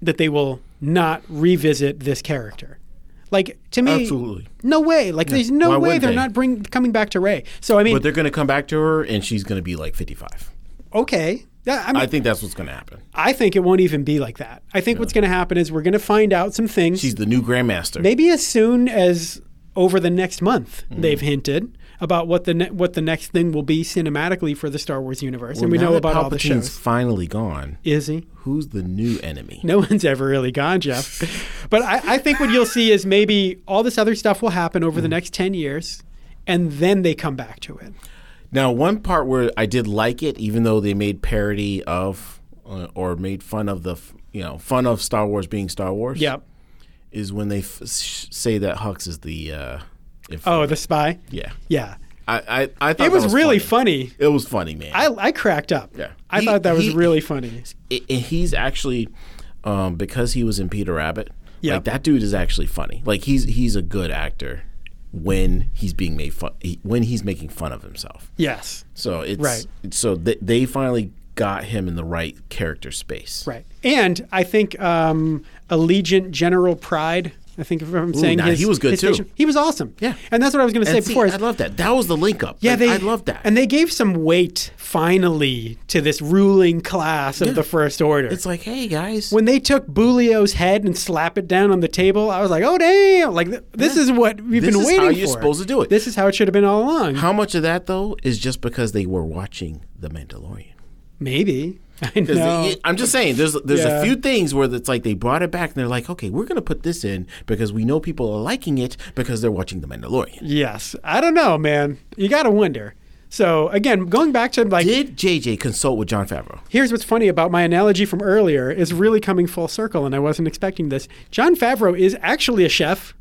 Speaker 1: that they will not revisit this character? Like to me,
Speaker 2: Absolutely.
Speaker 1: no way. Like there's no
Speaker 2: Why
Speaker 1: way
Speaker 2: wouldn't
Speaker 1: they're
Speaker 2: they?
Speaker 1: not bring coming back to Ray. So I mean,
Speaker 2: But they're going to come back to her, and she's going to be like 55.
Speaker 1: okay. Yeah, I mean,
Speaker 2: I think that's what's going to happen.
Speaker 1: I think it won't even be like that. I think what's going to happen is we're going to find out some things.
Speaker 2: She's the new grandmaster.
Speaker 1: maybe as soon as over the next month
Speaker 2: Mm-hmm.
Speaker 1: they've hinted about what the ne- what the next thing will be cinematically for the Star Wars universe, and we
Speaker 2: Now
Speaker 1: know
Speaker 2: that
Speaker 1: about all the
Speaker 2: Palpatine's
Speaker 1: shows.
Speaker 2: finally gone.
Speaker 1: Is he?
Speaker 2: Who's the new enemy?
Speaker 1: No one's ever really gone, Jeff. but I, I think what you'll see is maybe all this other stuff will happen over the
Speaker 2: Mm.
Speaker 1: next ten years, and then they come back to it.
Speaker 2: Now, one part where I did like it, even though they made parody of uh, or made fun of the, f- you know, fun of Star Wars being Star Wars.
Speaker 1: Yep.
Speaker 2: Is when they f- sh- say that Hux is the. Uh, if-
Speaker 1: Oh, the spy.
Speaker 2: yeah.
Speaker 1: Yeah.
Speaker 2: I, I, I thought
Speaker 1: It
Speaker 2: that
Speaker 1: was, really
Speaker 2: funny.
Speaker 1: funny.
Speaker 2: It was funny, man.
Speaker 1: I, I cracked up.
Speaker 2: Yeah.
Speaker 1: I
Speaker 2: He-
Speaker 1: thought that was
Speaker 2: he-
Speaker 1: really funny.
Speaker 2: it, it- he's actually um, because he was in Peter Rabbit.
Speaker 1: Yeah.
Speaker 2: Like that dude is actually funny. Like he's he's a good actor when he's being made fun he, when he's making fun of himself.
Speaker 1: Yes.
Speaker 2: So it's
Speaker 1: Right.
Speaker 2: So th- they finally got him in the right character space.
Speaker 1: Right. And I think um, Allegiant General Pride. I think if I'm saying
Speaker 2: nah,
Speaker 1: his,
Speaker 2: he was good
Speaker 1: his
Speaker 2: too.
Speaker 1: station- he was awesome.
Speaker 2: Yeah.
Speaker 1: And that's what I was going to say
Speaker 2: And see,
Speaker 1: before. is-
Speaker 2: I love that. That was the link up.
Speaker 1: yeah,
Speaker 2: Like,
Speaker 1: they
Speaker 2: I love that.
Speaker 1: And they gave some weight finally to this ruling class of the First Order.
Speaker 2: it's like, hey guys,
Speaker 1: when they took Bulio's head and slap it down on the table, I was like, "Oh damn! Like th- this is what we've
Speaker 2: This
Speaker 1: been
Speaker 2: is
Speaker 1: waiting
Speaker 2: how
Speaker 1: for.
Speaker 2: you're supposed to do it.
Speaker 1: This is how it should have been all along.
Speaker 2: how much of that though is just because they were watching The Mandalorian?
Speaker 1: Maybe *laughs* I know.
Speaker 2: 'Cause they- I'm just saying, there's there's
Speaker 1: Yeah.
Speaker 2: a few things where it's like they brought it back and they're like, okay, we're gonna put this in because we know people are liking it because they're watching The Mandalorian.
Speaker 1: yes, I don't know, man. You got to wonder. So again, going back to like
Speaker 2: Did JJ consult with John Favreau?
Speaker 1: Here's what's funny about my analogy from earlier is really coming full circle, and I wasn't expecting this. John Favreau is actually a chef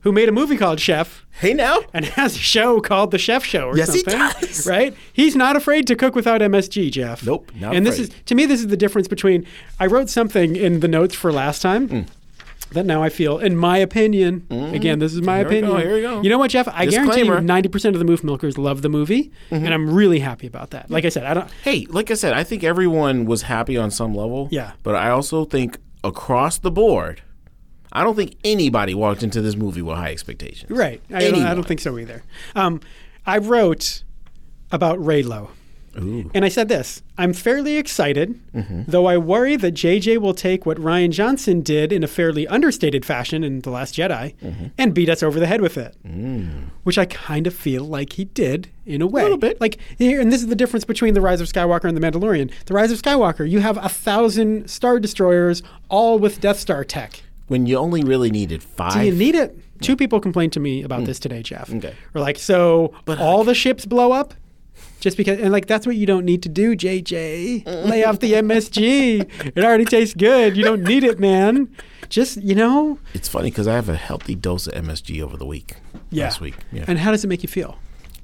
Speaker 1: who made a movie called Chef
Speaker 2: Hey, now
Speaker 1: and has a show called The Chef Show or
Speaker 2: Yes, he
Speaker 1: something. *laughs*
Speaker 2: does.
Speaker 1: Right? He's not afraid to cook without MSG, Jeff.
Speaker 2: Nope, not
Speaker 1: and this
Speaker 2: afraid.
Speaker 1: is to me this is the difference between I wrote something in the notes for last time.
Speaker 2: Mm.
Speaker 1: That now I feel, in my opinion, again, this is my
Speaker 2: Mm-hmm. Here we go,
Speaker 1: opinion.
Speaker 2: here we go.
Speaker 1: You know what, Jeff? I
Speaker 2: Disclaimer. Mm-hmm.
Speaker 1: guarantee you 90% of the Moof Milkers love the movie, and I'm really happy about that. Like I said, I don't.
Speaker 2: hey, like I said, I think everyone was happy on some level.
Speaker 1: Yeah.
Speaker 2: but I also think across the board, I don't think anybody walked into this movie with high expectations.
Speaker 1: Right. I don't, I
Speaker 2: Anyone.
Speaker 1: don't think so either. Um, I wrote about Raylo. And I said this I'm fairly excited, though I worry that JJ will take what Ryan Johnson did in a fairly understated fashion in The Last Jedi and beat us over the head with it. Which I kind of feel like he did in a way. A little
Speaker 2: bit.
Speaker 1: Like here and this is the difference between The Rise of Skywalker and The Mandalorian. The Rise of Skywalker, you have a thousand Star Destroyers all with Death Star tech.
Speaker 2: When you only really needed
Speaker 1: Do you
Speaker 2: five.
Speaker 1: need it? Two people complained to me about this today, Jeff.
Speaker 2: Hmm. Okay.
Speaker 1: We're like, so all the ships blow up? Just because, and like, that's what you don't need to do, JJ.
Speaker 2: Mm.
Speaker 1: Lay off the MSG. It already tastes good. You don't need it, man. Just, you know?
Speaker 2: It's funny because I have a healthy dose of MSG over the week.
Speaker 1: Yeah.
Speaker 2: Last week. Yeah.
Speaker 1: And how does it make you feel?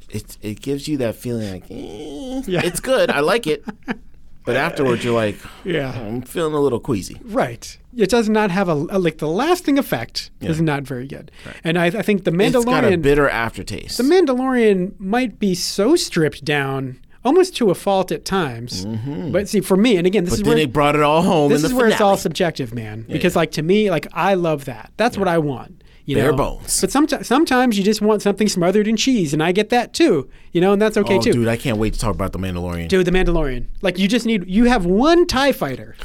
Speaker 2: it it gives you that feeling like eh,
Speaker 1: Yeah.
Speaker 2: it's good, I like it,
Speaker 1: *laughs*
Speaker 2: but afterwards you're like,
Speaker 1: Yeah.
Speaker 2: I'm feeling a little queasy.
Speaker 1: Right. It does not have a, a like, the lasting effect is not very good. And I, I think the Mandalorian.
Speaker 2: It's got a bitter aftertaste.
Speaker 1: The Mandalorian might be so stripped down, almost to a fault at times. But see, for me, and again, this is
Speaker 2: Mm-hmm. then
Speaker 1: where
Speaker 2: they brought it all home.
Speaker 1: this
Speaker 2: in
Speaker 1: is
Speaker 2: the
Speaker 1: where it's all
Speaker 2: finale.
Speaker 1: subjective, man. because like to me, like I love that. That's what I want. You
Speaker 2: Bare
Speaker 1: know?
Speaker 2: bones.
Speaker 1: But sometimes sometimes you just want something smothered in cheese, and I get that too. You know, and that's okay
Speaker 2: oh,
Speaker 1: too.
Speaker 2: dude, I can't wait to talk about the Mandalorian.
Speaker 1: Dude, The Mandalorian. Like you just need you have one Tie Fighter,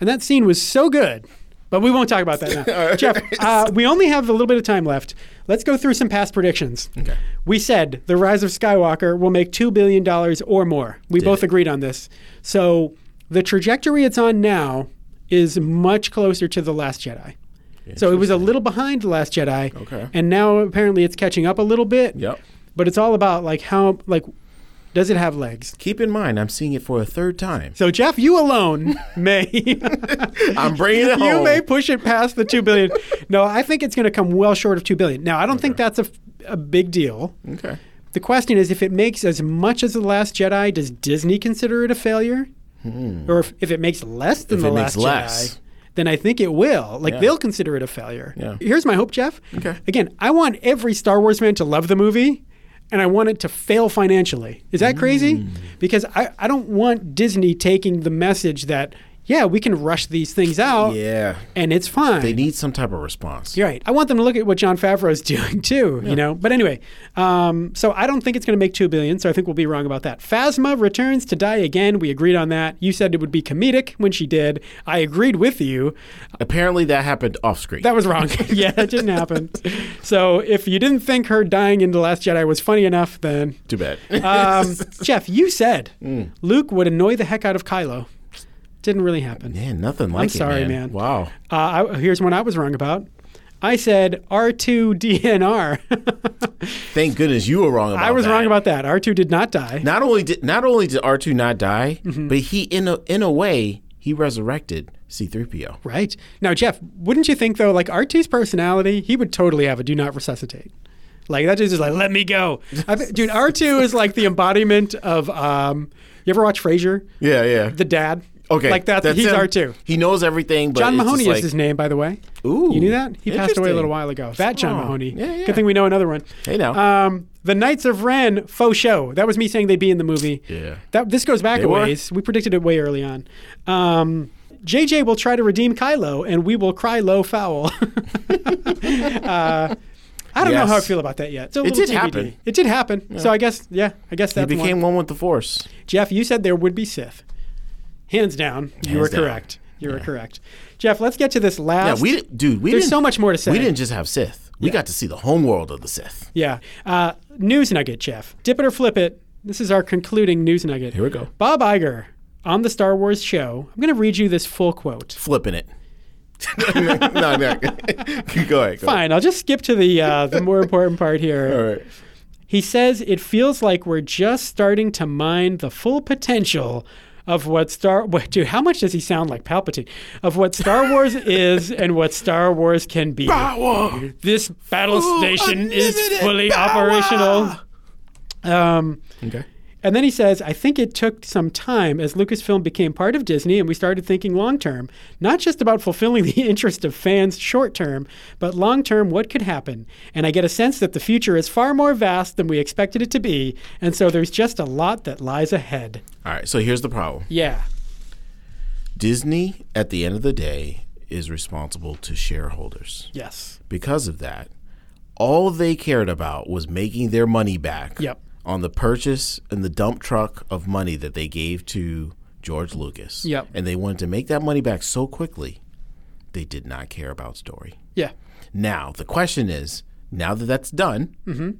Speaker 1: and that scene was so good. But we won't talk about that now. Jeff, uh, we only have a little bit of time left. Let's go through some past predictions. Okay. We said the Rise of Skywalker will make two billion dollars or more. We both agreed on this. So the trajectory it's on now is much closer to the Last Jedi. So it was a little behind the Last Jedi.
Speaker 2: Okay.
Speaker 1: And now apparently it's catching up a little bit.
Speaker 2: Yep.
Speaker 1: But it's all about like how like does it have legs?
Speaker 2: Keep in mind, I'm seeing it for a third time.
Speaker 1: So Jeff, you alone may *laughs* you
Speaker 2: *laughs* I'm bringing *laughs* it home.
Speaker 1: may push it past the two billion. No, I think it's going to come well short of two billion. Now, I don't think that's a, a big deal.
Speaker 2: okay.
Speaker 1: The question is, if it makes as much as the Last Jedi, does Disney consider it a failure? Or if, if it makes less than
Speaker 2: Hmm.
Speaker 1: the
Speaker 2: If it
Speaker 1: Last
Speaker 2: makes less.
Speaker 1: Jedi, then I think it will. Like
Speaker 2: Yeah.
Speaker 1: they'll consider it a failure.
Speaker 2: Yeah.
Speaker 1: Here's my hope, Jeff.
Speaker 2: Okay.
Speaker 1: Again, I want every Star Wars fan to love the movie, and I want it to fail financially. Is that crazy?
Speaker 2: Hmm.
Speaker 1: Because I, I don't want Disney taking the message that yeah we can rush these things out
Speaker 2: Oh. Yeah.
Speaker 1: and it's fine.
Speaker 2: They need some type of response.
Speaker 1: You're right. I want them to look at what John Favreau's *laughs* doing too, you know. But anyway, um, so I don't think it's going to make two billion. So I think we'll be wrong about that. Phasma returns to die again. We agreed on that. You said it would be comedic when she did. I agreed with you.
Speaker 2: Apparently, that happened off screen.
Speaker 1: That was wrong. *laughs* yeah, that didn't happen. So if you didn't think her dying in the Last Jedi was funny enough, then
Speaker 2: Too *laughs* bad.
Speaker 1: um, Jeff, you said Luke would annoy the heck out of Kylo. Didn't really happen.
Speaker 2: man, nothing like it.
Speaker 1: sorry, man.
Speaker 2: man. Wow.
Speaker 1: Uh, I, here's one I was wrong about. I said *laughs* R2DNR.
Speaker 2: Thank goodness you were wrong about
Speaker 1: I was
Speaker 2: that.
Speaker 1: wrong about that. R2 did not die.
Speaker 2: Not only did not only did R two not die, but he in a in a way he resurrected C three PO.
Speaker 1: Right. Now, Jeff, wouldn't you think, though, like R2's personality, he would totally have a do not resuscitate. Like, that dude's just like, let me go. I bet- dude, R2 is like the embodiment of, um, you ever watch Frasier?
Speaker 2: Yeah, yeah.
Speaker 1: The dad?
Speaker 2: *laughs* okay,
Speaker 1: Like, that's, he's
Speaker 2: him.
Speaker 1: R2.
Speaker 2: He knows everything. But
Speaker 1: John
Speaker 2: it's just
Speaker 1: Mahoney
Speaker 2: like,
Speaker 1: is his name, by the way.
Speaker 2: Ooh,
Speaker 1: You knew that? He passed away a little
Speaker 2: interesting.
Speaker 1: while ago. That John
Speaker 2: Oh,
Speaker 1: Mahoney.
Speaker 2: yeah, yeah.
Speaker 1: Good thing we know another one.
Speaker 2: Hey, now.
Speaker 1: Um, the Knights of Ren faux show. That was me saying they'd be in the movie.
Speaker 2: Yeah.
Speaker 1: That this goes back
Speaker 2: They
Speaker 1: a
Speaker 2: were.
Speaker 1: ways. We predicted it way early on. Um, JJ will try to redeem Kylo, and we will cry low foul. *laughs* Uh, I don't know
Speaker 2: Yes.
Speaker 1: how I feel about that yet. It's a little
Speaker 2: did
Speaker 1: TBD.
Speaker 2: happen.
Speaker 1: It did happen. So I guess, yeah, I guess
Speaker 2: He
Speaker 1: that's one.
Speaker 2: became one with the Force.
Speaker 1: Jeff, you said there would be Sith. Hands down, you were
Speaker 2: down.
Speaker 1: correct. You were correct. Jeff, let's get to this last.
Speaker 2: Yeah, we dude, we
Speaker 1: There's
Speaker 2: didn't,
Speaker 1: so much more to say.
Speaker 2: We didn't just have Sith. We got to see the homeworld of the Sith.
Speaker 1: Yeah. Uh, news nugget, Jeff. Dip it or flip it. This is our concluding news nugget. Here
Speaker 2: we go.
Speaker 1: Bob Iger on the Star Wars show. I'm going to read you this full quote.
Speaker 2: Flipping it. *laughs* no, no. *laughs* go ahead. Go ahead.
Speaker 1: Fine, I'll just skip to the uh,
Speaker 2: *laughs*
Speaker 1: the more important part here.
Speaker 2: All right.
Speaker 1: He says it feels like we're just starting to mine the full potential of what Star *laughs* what dude, how much does he sound like Palpatine? Of what Star Wars is and what Star Wars can be.
Speaker 2: Power.
Speaker 1: This battle
Speaker 2: Ooh,
Speaker 1: station is
Speaker 2: unlimited
Speaker 1: fully
Speaker 2: power!
Speaker 1: operational. Um
Speaker 2: Okay.
Speaker 1: And then he says, I think it took some time as Lucasfilm became part of Disney and we started thinking long term, not just about fulfilling *laughs* the interest of fans short term, but long term, what could happen. And I get a sense that the future is far more vast than we expected it to be. And so there's just a lot that lies ahead.
Speaker 2: All right. So here's the problem.
Speaker 1: Yeah.
Speaker 2: Disney, at the end of the day, is responsible to shareholders.
Speaker 1: Yes.
Speaker 2: Because of that, all they cared about was making their money back
Speaker 1: Yep.
Speaker 2: on the purchase and the dump truck of money that they gave to George Lucas.
Speaker 1: Yep.
Speaker 2: And they wanted to make that money back so quickly, they did not care about story.
Speaker 1: Yeah.
Speaker 2: Now the question is, now that that's done,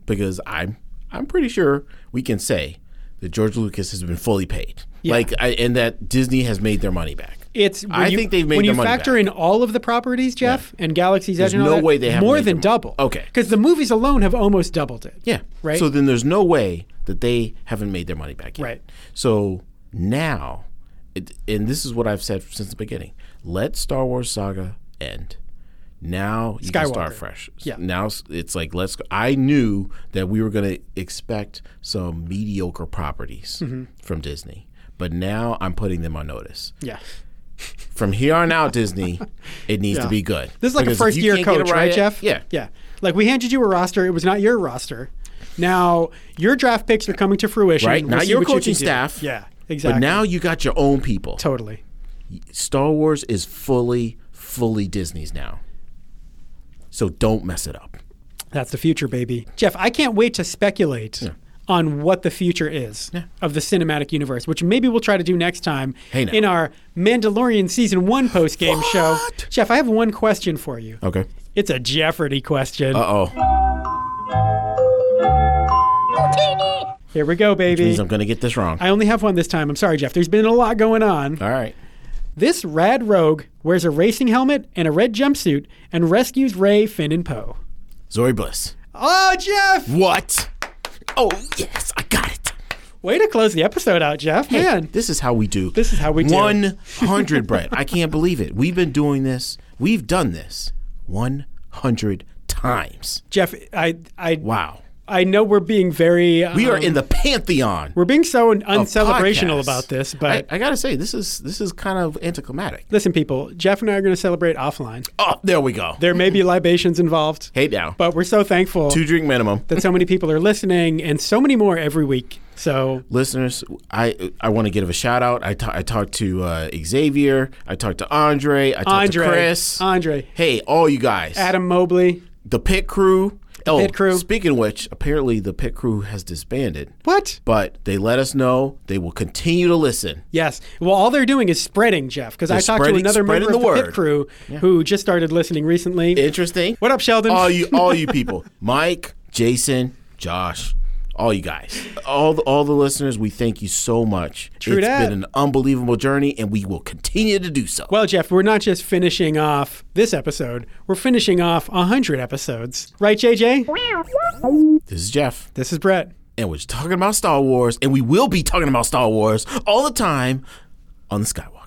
Speaker 2: because I'm I'm pretty sure we can say that George Lucas has been fully paid, like, I, and that Disney has made their money back.
Speaker 1: It's when
Speaker 2: I
Speaker 1: you,
Speaker 2: think they've made
Speaker 1: when
Speaker 2: their
Speaker 1: you
Speaker 2: money
Speaker 1: factor
Speaker 2: back.
Speaker 1: in all of the properties, Jeff, and Galaxy's Edge, and all
Speaker 2: no
Speaker 1: that,
Speaker 2: way they haven't
Speaker 1: more
Speaker 2: made
Speaker 1: than
Speaker 2: their mon-
Speaker 1: double.
Speaker 2: Okay.
Speaker 1: because the movies alone have almost doubled it.
Speaker 2: Yeah.
Speaker 1: Right.
Speaker 2: So then there's no way that they haven't made their money back yet.
Speaker 1: Right.
Speaker 2: So now, it, and this is what I've said since the beginning let Star Wars Saga end. Now you can start
Speaker 1: Skywalker.
Speaker 2: fresh.
Speaker 1: Yeah.
Speaker 2: Now s- it's like let's. go- I knew that we were going to expect some mediocre properties
Speaker 1: Mm-hmm.
Speaker 2: from Disney, but now I'm putting them on notice.
Speaker 1: Yeah.
Speaker 2: From here on out, Disney, it needs
Speaker 1: Yeah.
Speaker 2: to be good.
Speaker 1: This is like
Speaker 2: Because if
Speaker 1: a first
Speaker 2: you
Speaker 1: year
Speaker 2: can't get it
Speaker 1: coach, right, Jeff?
Speaker 2: Yeah.
Speaker 1: Yeah. Like we handed you a roster, it was not your roster. Now your draft picks are coming to fruition.
Speaker 2: Right, not
Speaker 1: see
Speaker 2: your
Speaker 1: what you
Speaker 2: coaching
Speaker 1: can do.
Speaker 2: staff,
Speaker 1: Yeah. Exactly.
Speaker 2: But now you got your own people.
Speaker 1: totally.
Speaker 2: Star Wars is fully, fully Disney's now. So don't mess it up.
Speaker 1: That's the future, baby. Jeff, I can't wait to speculate on what the future is of the cinematic universe, which maybe we'll try to do next time
Speaker 2: Hey, now.
Speaker 1: in our Mandalorian season one post game show.
Speaker 2: What?
Speaker 1: Jeff, I have one question for you.
Speaker 2: Okay.
Speaker 1: It's a Jeopardy question.
Speaker 2: Uh oh.
Speaker 1: Here we go, baby.
Speaker 2: Means I'm gonna get this wrong.
Speaker 1: I only have one this time. I'm sorry, Jeff. There's been a lot going on.
Speaker 2: All right.
Speaker 1: This rad rogue wears a racing helmet and a red jumpsuit and rescues Ray, Finn, and Poe.
Speaker 2: Zoe Bliss.
Speaker 1: Oh, Jeff!
Speaker 2: What? Oh yes, I got it.
Speaker 1: Way to close the episode out, Jeff. Man.
Speaker 2: This is how we do.
Speaker 1: This is how we do. *laughs*
Speaker 2: 100, Brett. I can't believe it. We've been doing this. We've done this 100 times.
Speaker 1: Jeff, I, I,
Speaker 2: Wow.
Speaker 1: I know we're being very. Um,
Speaker 2: We are in the pantheon.
Speaker 1: We're being so
Speaker 2: of
Speaker 1: uncelebrational
Speaker 2: podcasts.
Speaker 1: about this, but
Speaker 2: I, I gotta say, this is this is kind of anticlimactic.
Speaker 1: listen, people, Jeff and I are going to celebrate offline.
Speaker 2: Oh, there we go.
Speaker 1: There may be libations involved,
Speaker 2: hey now,
Speaker 1: but we're so thankful
Speaker 2: two drink minimum.
Speaker 1: that so many people are listening and so many more every week. So
Speaker 2: listeners, I I want to give a shout out. I ta- I talked to uh, Xavier. I talked to Andre. I talked
Speaker 1: Andre,
Speaker 2: to Chris.
Speaker 1: Andre,
Speaker 2: hey, all you guys,
Speaker 1: Adam Mobley,
Speaker 2: the pit crew. oh,
Speaker 1: pit crew.
Speaker 2: Speaking of which, apparently the pit crew has disbanded.
Speaker 1: what?
Speaker 2: But they let us know they will continue to listen.
Speaker 1: Yes. Well, all they're doing is spreading, Jeff, because I talked to
Speaker 2: spreading-
Speaker 1: another member of
Speaker 2: spreading
Speaker 1: the
Speaker 2: the
Speaker 1: pit
Speaker 2: word.
Speaker 1: crew who just started listening recently.
Speaker 2: Interesting.
Speaker 1: what up, Sheldon?
Speaker 2: all you
Speaker 1: *laughs*
Speaker 2: all you people mike jason josh all you guys all the, all the listeners we thank you so much It's
Speaker 1: dat.
Speaker 2: been an unbelievable journey and we will continue to do so
Speaker 1: Well, Jeff, we're not just finishing off this episode, we're finishing off 100 episodes. Right, JJ?
Speaker 2: this is jeff
Speaker 1: This is Brett.
Speaker 2: and we're just talking about star wars and we will be talking about star wars all the time on the skywalk